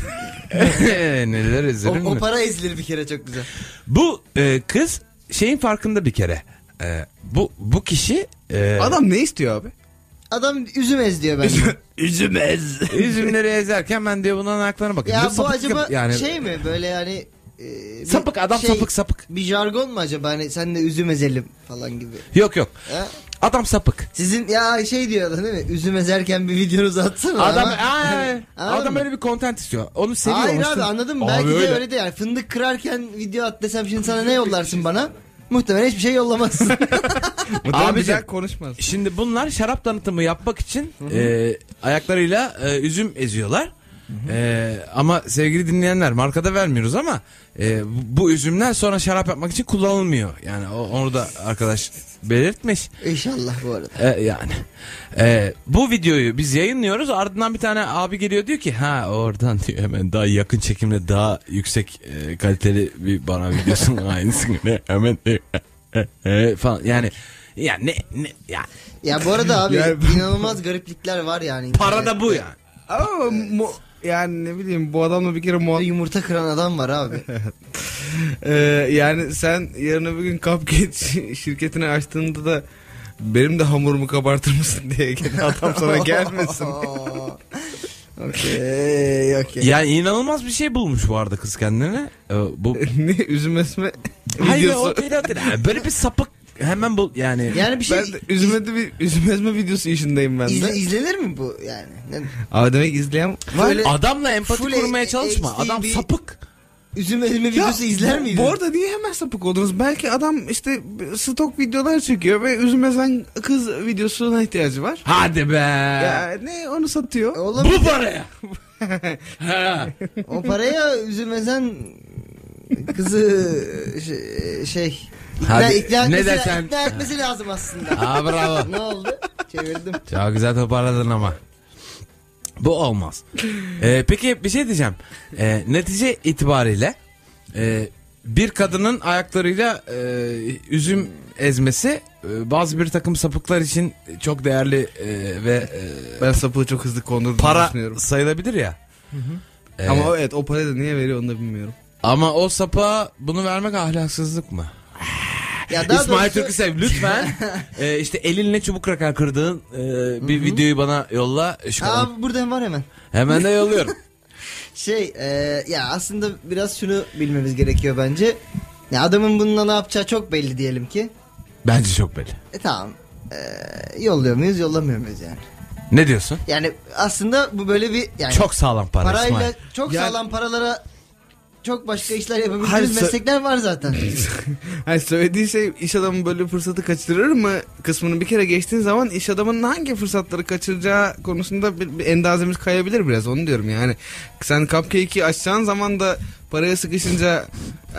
neler O, izlerim o para ezilir bir kere çok güzel. Bu e, kız şeyin farkında bir kere. E, bu bu kişi e, Adam ne istiyor abi? Adam üzüm ez diyor bence. Üzüm ez. üzümleri ezerken ben diyor bunların ayaklarına bakıyorum. ya Diyor, bu sapık acaba yap- yani, şey mi böyle yani e, bir sapık adam şey, sapık sapık. Bir jargon mu acaba hani sen de üzüm ezelim falan gibi. Yok yok. Ha? Adam sapık. Sizin ya şey diyor adam değil mi? Üzüm ezerken bir videonuzu atsana. Adam ama- Aa, Anladın adam mı? öyle bir content istiyor. Onu seviyor. Hayır hoşlan- abi anladım. Abi Belki öyle. de öyle de yani fındık kırarken video at desem şimdi sana ne yollarsın bana? Muhtemelen hiçbir şey yollamazsın. Abi Abicim. güzel konuşmaz. Şimdi bunlar şarap tanıtımı yapmak için e, ayaklarıyla e, üzüm eziyorlar. E, ama sevgili dinleyenler markada vermiyoruz ama e, bu- bu üzümler sonra şarap yapmak için kullanılmıyor. Yani o, onu da arkadaş belirtmiş. İnşallah bu arada. E, yani e, bu videoyu biz yayınlıyoruz ardından bir tane abi geliyor diyor ki ha oradan diyor hemen daha yakın çekimle daha yüksek e, kaliteli bir bana videosun aynısını ne hemen E, falan yani yani ne, ne ya Ya bu arada abi Ya- inanılmaz gariplikler var yani. para da bu yani. Ama mu- yani ne bileyim bu adamla bir kere Bir muhabbet. Yumurta kıran adam var abi. Ee, yani sen yarın öbür gün cupcake şi- şirketini açtığında da benim de hamurumu kabartır mısın diye gene adam sana gelmesin. okey okey. Yani inanılmaz bir şey bulmuş bu arada kız kendine. Ee, bu ne üzüm esme Hayır videosu. o değil o değil. Yani Böyle bir sapık hemen bul yani. Yani bir şey ben de üzmedi bir üzüm ezme videosu işindeyim ben izle- de. izlenir mi bu yani? Ne- Abi demek izleyen var. Böyle Adamla empati Full kurmaya çalışma. HD Adam sapık. üzüm elime videosu izler miydin? Bu arada niye hemen sapık oldunuz? Belki adam işte stok videolar çekiyor ve üzmezen kız videosuna ihtiyacı var. Hadi be. Ya ne onu satıyor. Oğlum Bu paraya. Ha. o paraya üzüm ezen kızı şey, şey ikna, Hadi, ikna, ne etmesi, desen- ikna etmesi lazım aslında. Ha, bravo. ne oldu? Çevirdim. Çok güzel toparladın ama. Bu olmaz. Ee, peki bir şey diyeceğim. Ee, netice itibariyle e, bir kadının ayaklarıyla e, üzüm ezmesi e, bazı bir takım sapıklar için çok değerli e, ve e, Ben sapığı çok hızlı kondurduğunu para düşünüyorum. sayılabilir ya. Ee, Ama ama, o- evet o parayı da niye veriyor onu da bilmiyorum. o sapa bunu vermek ahlaksızlık mı? Ya daha İsmail doğrusu- Türküsev lütfen e, işte elinle çubuk rakar kırdığın e, bir videoyu bana yolla. Şu kadar. Aa buradan var hemen. Hemen de yolluyorum. Şey e, ya aslında biraz şunu bilmemiz gerekiyor bence. Ya adamın bununla ne yapacağı çok belli diyelim ki. Bence çok belli. E tamam. E, yolluyor muyuz yollamıyor muyuz yani. Ne diyorsun? Yani aslında bu böyle bir yani Çok sağlam para parayla İsmail. çok Yani- sağlam paralara çok başka işler Hayır, yapabildiğimiz sö- meslekler var zaten. Hani söylediği şey iş adamı böyle fırsatı kaçırır mı kısmını bir kere geçtiğin zaman iş adamının hangi fırsatları kaçıracağı konusunda bir, bir endazemiz kayabilir biraz onu diyorum yani. Sen cupcake'i açacağın zaman da paraya sıkışınca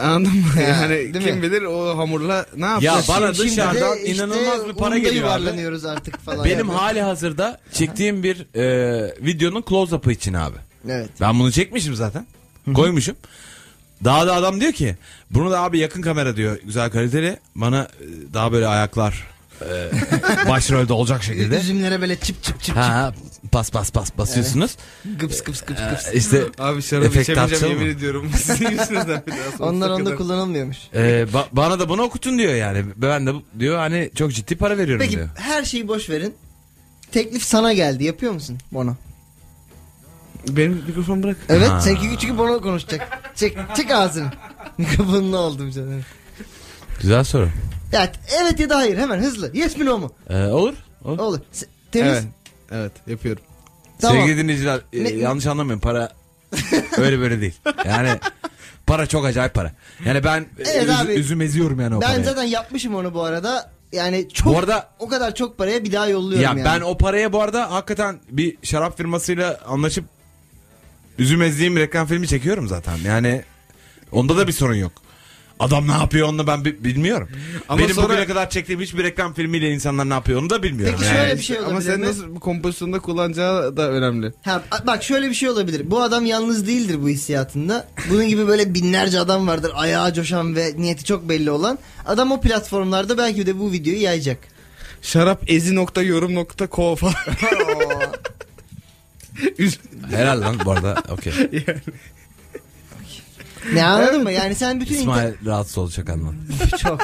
anladın mı? Ya, Yani değil kim mi? bilir o hamurla ne Ya yapacak? bana Şimdi dışarıdan de işte inanılmaz bir para onda geliyor abi. yuvarlanıyoruz artık falan. Benim yani. hali hazırda çektiğim bir e, videonun close-up'ı için abi. Evet. Ben bunu çekmişim zaten. Koymuşum. Daha da adam diyor ki bunu da abi yakın kamera diyor güzel kaliteli. Bana e, daha böyle ayaklar e, başrolde olacak şekilde. Üzümlere böyle çıp çıp çıp Ha, ha, pas pas pas basıyorsunuz. çıp gıps gıps gıps gıps. E, işte Abi şarap Efekt içemeyeceğim atacağım yemin mı? ediyorum. Sizin yüzünüzden bir daha sonsuza Onlar onda kadar. kullanılmıyormuş. e, ba- bana da bunu okutun diyor yani. Ben de bu- diyor hani çok ciddi para veriyorum Peki diyor. her şeyi boş verin. Teklif sana geldi. Yapıyor musun Bono? Benim mikrofonu bırak. Evet. Ha. Çünkü, çünkü Bono konuşacak. Çek, çek ağzını. Mikrofonunu aldım canım. Güzel soru. Evet, evet ya da hayır. Hemen hızlı. Yes mi no mu? E, olur. olur. Olur. Se- Temiz. Evet. Evet yapıyorum. Tamam. Sevgili dinleyiciler e, Ne- yanlış anlamayın para öyle böyle değil. Yani para çok acayip para. Yani ben e, Evet üzü- abi. üzüm eziyorum yani o ben paraya. zaten yapmışım onu bu arada. Yani çok Bu arada- o kadar çok paraya bir daha yolluyorum ya yani. ben o paraya bu arada hakikaten bir şarap firmasıyla anlaşıp üzüm ezdiğim reklam filmi çekiyorum zaten. Yani onda da bir sorun yok. Adam ne yapıyor onu ben bi- bilmiyorum. Ama Benim sonra- bugüne kadar çektiğim hiçbir reklam filmiyle insanlar ne yapıyor onu da bilmiyorum. Peki yani. şöyle bir şey Ama olabilir sen mi? nasıl bu kompozisyonda kullanacağı da önemli. Ha, a- bak şöyle bir şey olabilir. Bu adam yalnız değildir bu hissiyatında. Bunun gibi böyle binlerce adam vardır. Ayağa coşan ve niyeti çok belli olan. Adam o platformlarda belki de bu videoyu yayacak. Şarap ezi nokta yorum nokta ko falan. Üz- Helal lan bu arada. Okey. ne anladın mı? Yani sen bütün İsmail rahatsız olacak anlam. internet çok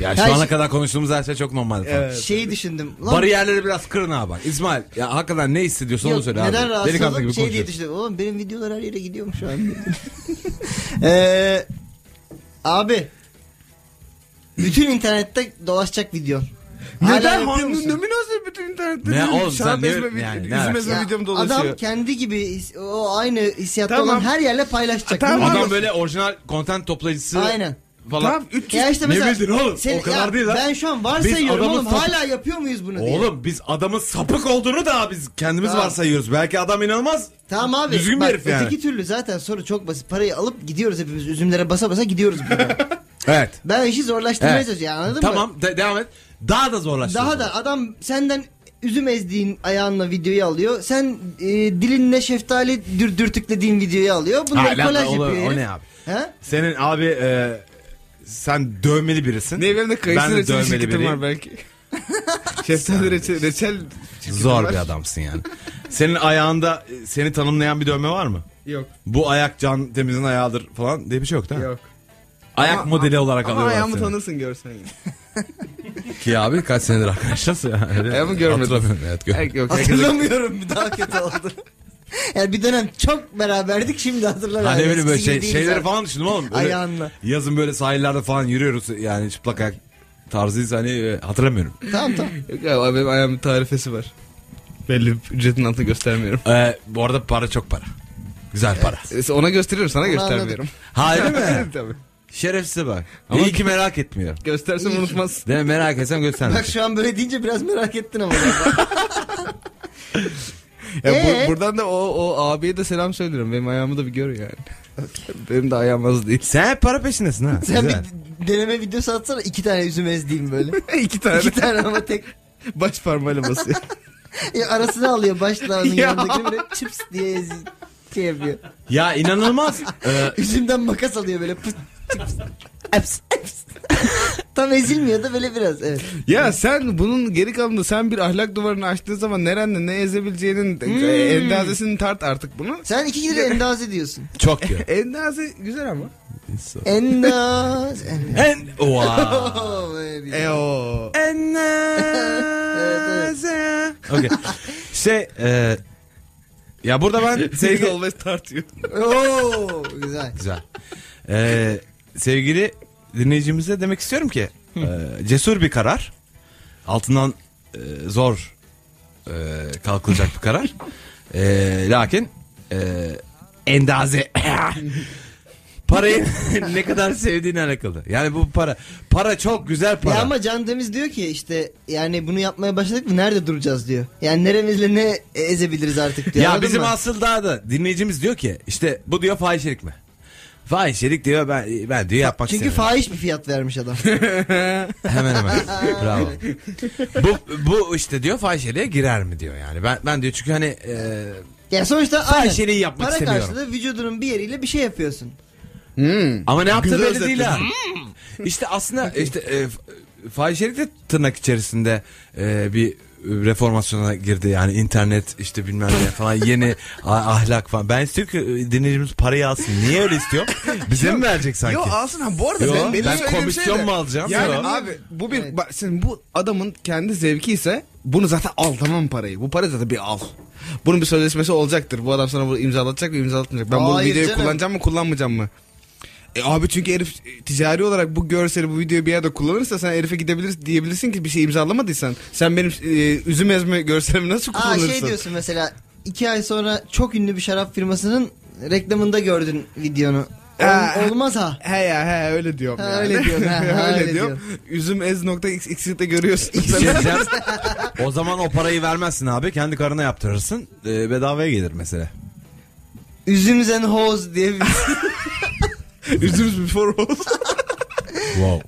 Yani şu Her ana şey- kadar konuştuğumuz her şey çok normal. falan. Evet. şeyi düşündüm. Lan, Bariyerleri biraz kırın abi bak. İsmail ya hakikaten ne hissediyorsan onu yok, söyle neden abi. rahatsız Delikanlı gibi oldum? Şey diye konuşuyorsun. düşündüm. Oğlum benim videolar her yere gidiyor mu şu an? Eee, abi bütün internette dolaşacak video. Neden yapıyor musun? Hangi nöminoz bütün internette? Ne değil mi? oğlum Şarap sen ne- ezme video- yani ne üzüm alakası? ezme Ya, videom dolaşıyor. adam kendi gibi his- o aynı hissiyatta Tamam. olan her yerle paylaşacak. Tamam. Bunu- Adam böyle orijinal kontent toplayıcısı Aynen. falan. Tamam 300 Ya işte Ne mesela bildin oğlum? O kadar değil lan. Ben şu an Biz varsayıyorum adamın oğlum sapı- hala yapıyor muyuz bunu diye. Oğlum biz adamın sapık olduğunu da biz kendimiz Tamam. varsayıyoruz. Belki adam inanılmaz. Tamam abi. Düzgün bir bak, herif yani. Öteki türlü zaten soru çok basit. Parayı alıp gidiyoruz hepimiz üzümlere basa basa gidiyoruz buradan. Evet. ben işi zorlaştırmaya Evet. çalışıyorum anladın mı? Tamam de- devam et. Daha da zorlaştı. Daha da adam senden üzüm ezdiğin ayağınla videoyu alıyor. Sen e, dilinle şeftali dür, dürtüklediğin videoyu alıyor. Bunları Hala kolaj o- yapıyor. o herif. ne abi? He? Senin abi e, sen dövmeli birisin. Ne benim de Ben de kayısı reçel dövmeli şirketim biriyim. var belki. Şeftali reçel, reçel şirketim Zor var. bir adamsın yani. Senin ayağında e, seni tanımlayan bir dövme var mı? Yok Bu ayak can temizin ayağıdır falan diye bir şey yok değil mi? yok. Ayak Ama- modeli olarak Ama alıyorlar ayağımı seni. tanırsın görsen yine. Ki abi kaç senedir arkadaşız ya. Öyle Ayağımı görmedim. hatırlamıyorum, Evet, gör- Yok, yok, herkes- Hatırlamıyorum bir daha kötü oldu. Yani bir dönem çok beraberdik şimdi hatırlamıyorum. Hani böyle böyle Eskisi şey, gibi değiliz şeyleri artık. falan düşündüm oğlum. Böyle Ayağınla. Yazın böyle sahillerde falan yürüyoruz yani çıplak ayak tarzıyız hani e, hatırlamıyorum. Tamam tamam. Yok abi benim ayağımın tarifesi var. Belli bir ücretin altında gösteriyorum. E, bu arada para çok para. Güzel para. E, Ona gösteriyorum sana Onu göstermiyorum. Hayır mi? Tabii. Şerefsize bak. Ama- İyi ki merak etmiyor. Göstersem unutmaz. Değil mi? Merak etsem göstermem. Bak şu an böyle deyince biraz merak ettin ama. Ya bu- Ee? buradan da o, o abiye de selam söylüyorum. Benim ayağımı da bir gör yani. benim de ayağım az değil. Sen hep para peşindesin ha. Sen Güzel. bir deneme videosu atsana iki tane yüzüme ezdeyim böyle. İki tane. iki tane ama tek Baş parmağıyla basıyor. ya arasını alıyor başlarının Ya. yanındakini böyle çıps diye ezi- şey yapıyor. Ya inanılmaz. Ee, Üzümden makas alıyor böyle pıt çıps. Eps, eps. Tam ezilmiyor da böyle biraz evet. ya sen bunun geri kalanında sen bir ahlak duvarını açtığın zaman nerenle ne ezebileceğinin e, endazesini tart artık bunu. Sen iki lira endaz ediyorsun. çok diyor. Endaze güzel ama. Endaz. endaz. En wow. Oh, baby. E o. Ennaze. Okey. Şey, e, ya burada ben Sevgi sevgili always tartıyor. Oo, güzel. güzel. E, sevgili dinleyicimize demek istiyorum ki e, cesur bir karar. Altından e, zor e, kalkılacak bir karar. E, lakin e, endaze parayı ne kadar sevdiğine alakalı. Yani bu para para çok güzel para. Ya ama Can Demiz diyor ki işte yani bunu yapmaya başladık mı nerede duracağız diyor. Yani neremizle ne ezebiliriz artık diyor. Ya anladın bizim mı? asıl daha da dinleyicimiz diyor ki işte bu diyor fahişelik mi? Fahişelik diyor ben ben diyor yapmak Çünkü istemiyorum. fahiş bir fiyat vermiş adam. hemen hemen. Bravo. bu bu işte diyor fahişeliğe girer mi diyor yani. Ben ben diyor çünkü hani e, ya sonuçta aynen. fahişeliği yapmak Para istemiyorum. karşılığı vücudunun bir yeriyle bir şey yapıyorsun. Ama ne yaptığı Güzel belli değil ha. işte aslında işte e, fahişelik de tırnak içerisinde e, bir reformasyona girdi yani internet işte bilmem ne falan yeni a- ahlak falan. Ben istiyorum ki e, dinleyicimiz parayı alsın. Niye öyle istiyor? Bize mi verecek sanki? Yo alsın ha bu arada Yo, ben, benim ben söylediğim komisyon şey de- mu alacağım? Yani Yo. abi bu bir Evet. bak şimdi bu adamın kendi zevki ise bunu zaten al tamam mı parayı. Bu parayı zaten bir al. Bunun bir sözleşmesi olacaktır. Bu adam sana bunu imzalatacak mı imzalatmayacak. Ben bunu Hayır videoyu canım. kullanacağım mı kullanmayacağım mı? E abi çünkü herif e, ticari olarak bu görseli bu videoyu bir yerde kullanırsa sen herife gidebilirsin diyebilirsin ki bir şey imzalamadıysan. Sen benim e, üzüm ezme görselimi nasıl Aa kullanırsın? şey diyorsun mesela iki ay sonra çok ünlü bir şarap firmasının reklamında gördün videonu. Ol- Ee, Aa. olmaz ha. He ya he öyle diyorum. Ha, yani. öyle diyorsun, ha, ha, öyle, öyle diyorum. Üzüm ez nokta xx'de görüyorsun. Bir şey diyeceğim. o zaman o parayı vermezsin abi. Kendi karına yaptırırsın. Ee, bedavaya gelir mesela. Üzümüz and Hoes diye bir Üzümüz before all. Wow.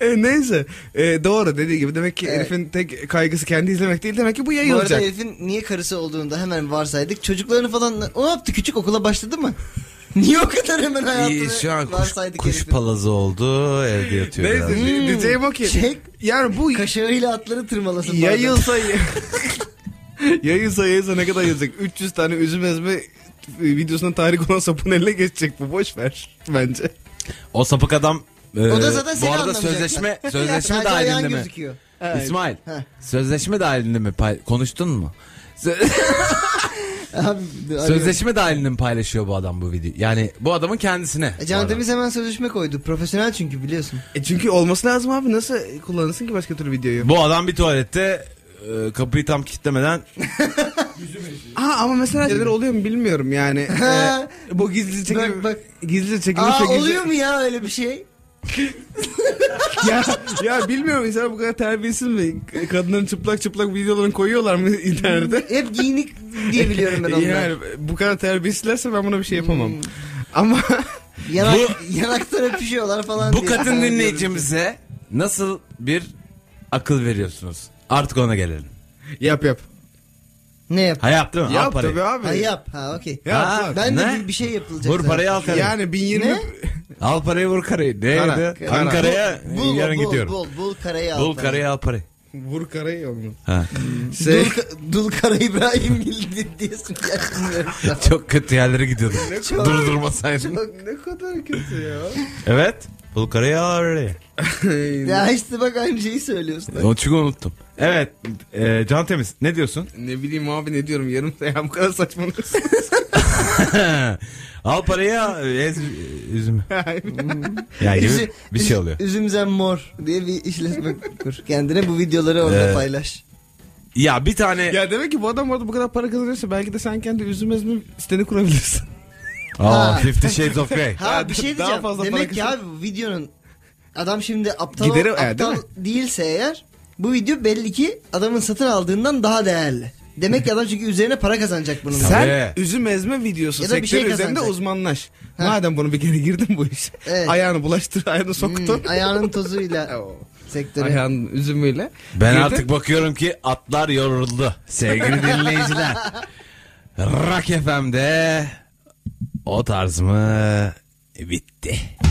E, neyse. E, doğru dediği gibi. Demek ki Evet. herifin tek kaygısı kendi izlemek değil. Demek ki bu şey Bu arada yayılacak. herifin niye karısı olduğunu da hemen varsaydık. Çocuklarını falan o yaptı küçük okula başladı mı? Niye o kadar hemen hayatını şu an kuş, varsaydık kuş herifin? palazı oldu. Evde yatıyor Neyse biraz. di- Hmm. diyeceğim o ki. Şey- Yani bu Kaşığıyla atları tırmalasın. bazen. yayılsa yayılsa yayılsa ne kadar yayılacak? 300 tane üzüm ezme videosuna tarih olan sapın eline geçecek bu. Boş ver bence. O sapık adam e, O da zaten seni bu arada anlamayacak. sözleşme Sadece sözleşme ayağın dahilinde mi? gözüküyor. İsmail. Heh. Sözleşme dahilinde mi? pay- Konuştun mu? Sö- Abi, Sözleş- sözleşme dahilinde mi paylaşıyor bu adam bu videoyu? Yani bu adamın kendisine. bu E, Can adam. Temiz hemen sözleşme koydu. Profesyonel çünkü biliyorsun. E çünkü olması lazım abi. Nasıl kullanırsın ki başka türlü videoyu? Bu adam bir tuvalette e, kapıyı tam kilitlemeden Aa ama mesela şeyler oluyor mu bilmiyorum yani. Ha. E, bu gizli çekim Bak, bak. gizli çekim Aa oluyor mu ya öyle bir şey? ya, ya bilmiyorum insanlar bu kadar terbiyesiz mi? Kadınların çıplak çıplak videolarını koyuyorlar mı internete? Hep giyinik diye biliyorum ben onları. yani bu kadar terbiyesizlerse ben buna bir şey yapamam. Ama Yanak, yanaktan öpüşüyorlar falan Bu diye. kadın Ben dinleyicimize nasıl bir akıl veriyorsunuz? Artık ona gelelim. yap yap. diyorum. Ne yap? Ha yaptı mı? Al Yap parayı. tabii abi. Ha yap. Ha okey. Yap, Ha, yap. Ben de ne? bir, bir şey yapılacak. Vur zaten. parayı al karayı. Yani 1020 Ne? Al parayı vur karayı. Kara, Neydi? kara. Ankara'ya Bul, yarın bul, gidiyorum. Bul, bul karayı al. Bul parayı. karayı al parayı. vur karayı onu. Ha. Şey, Dul, Dul Kara İbrahim Gildi diyesin gelmiyorum. Çok kötü yerlere gidiyordum. Çok- Durdurmasaydın. ne kadar kötü ya. Evet. Bul karayı al parayı. ya işte bak aynı şeyi söylüyorsun. Onu çünkü unuttum. Evet. e, can Temiz ne diyorsun? ne bileyim abi ne diyorum yarım ya bu kadar saçmalıyorsun. Al parayı ez üzümü. Yani Üzü- gibi bir şey üzü- oluyor. Üzümzen mor diye bir işletme kur kendine. Bu videoları orada Ee, paylaş. Ya bir tane ya demek ki bu adam orada bu kadar para kazanıyorsa belki de sen kendi üzüm ezme siteni kurabilirsin. Aa, Ha. Fifty Shades of Grey. Ha Ha, bir şey daha diyeceğim. fazla para Demek ki kazan- abi bu videonun adam şimdi aptal, Gideri- e, aptal değil değilse eğer bu video belli ki adamın satın aldığından daha değerli. Demek ki adam çünkü üzerine para kazanacak bunun. Sen Tabii. üzüm ezme videosu Ya da bir sektörü şey üzerinde kazanacak. uzmanlaş. Ha. Madem bunu bir kere girdin bu işe. Evet. Ayağını bulaştır, ayağını Hmm, soktun. ayağının tozuyla sektöre. Ayağın üzümüyle. Ben girdin. artık bakıyorum ki atlar yoruldu. Sevgili dinleyiciler. Rock FM'de o tarz mı bitti.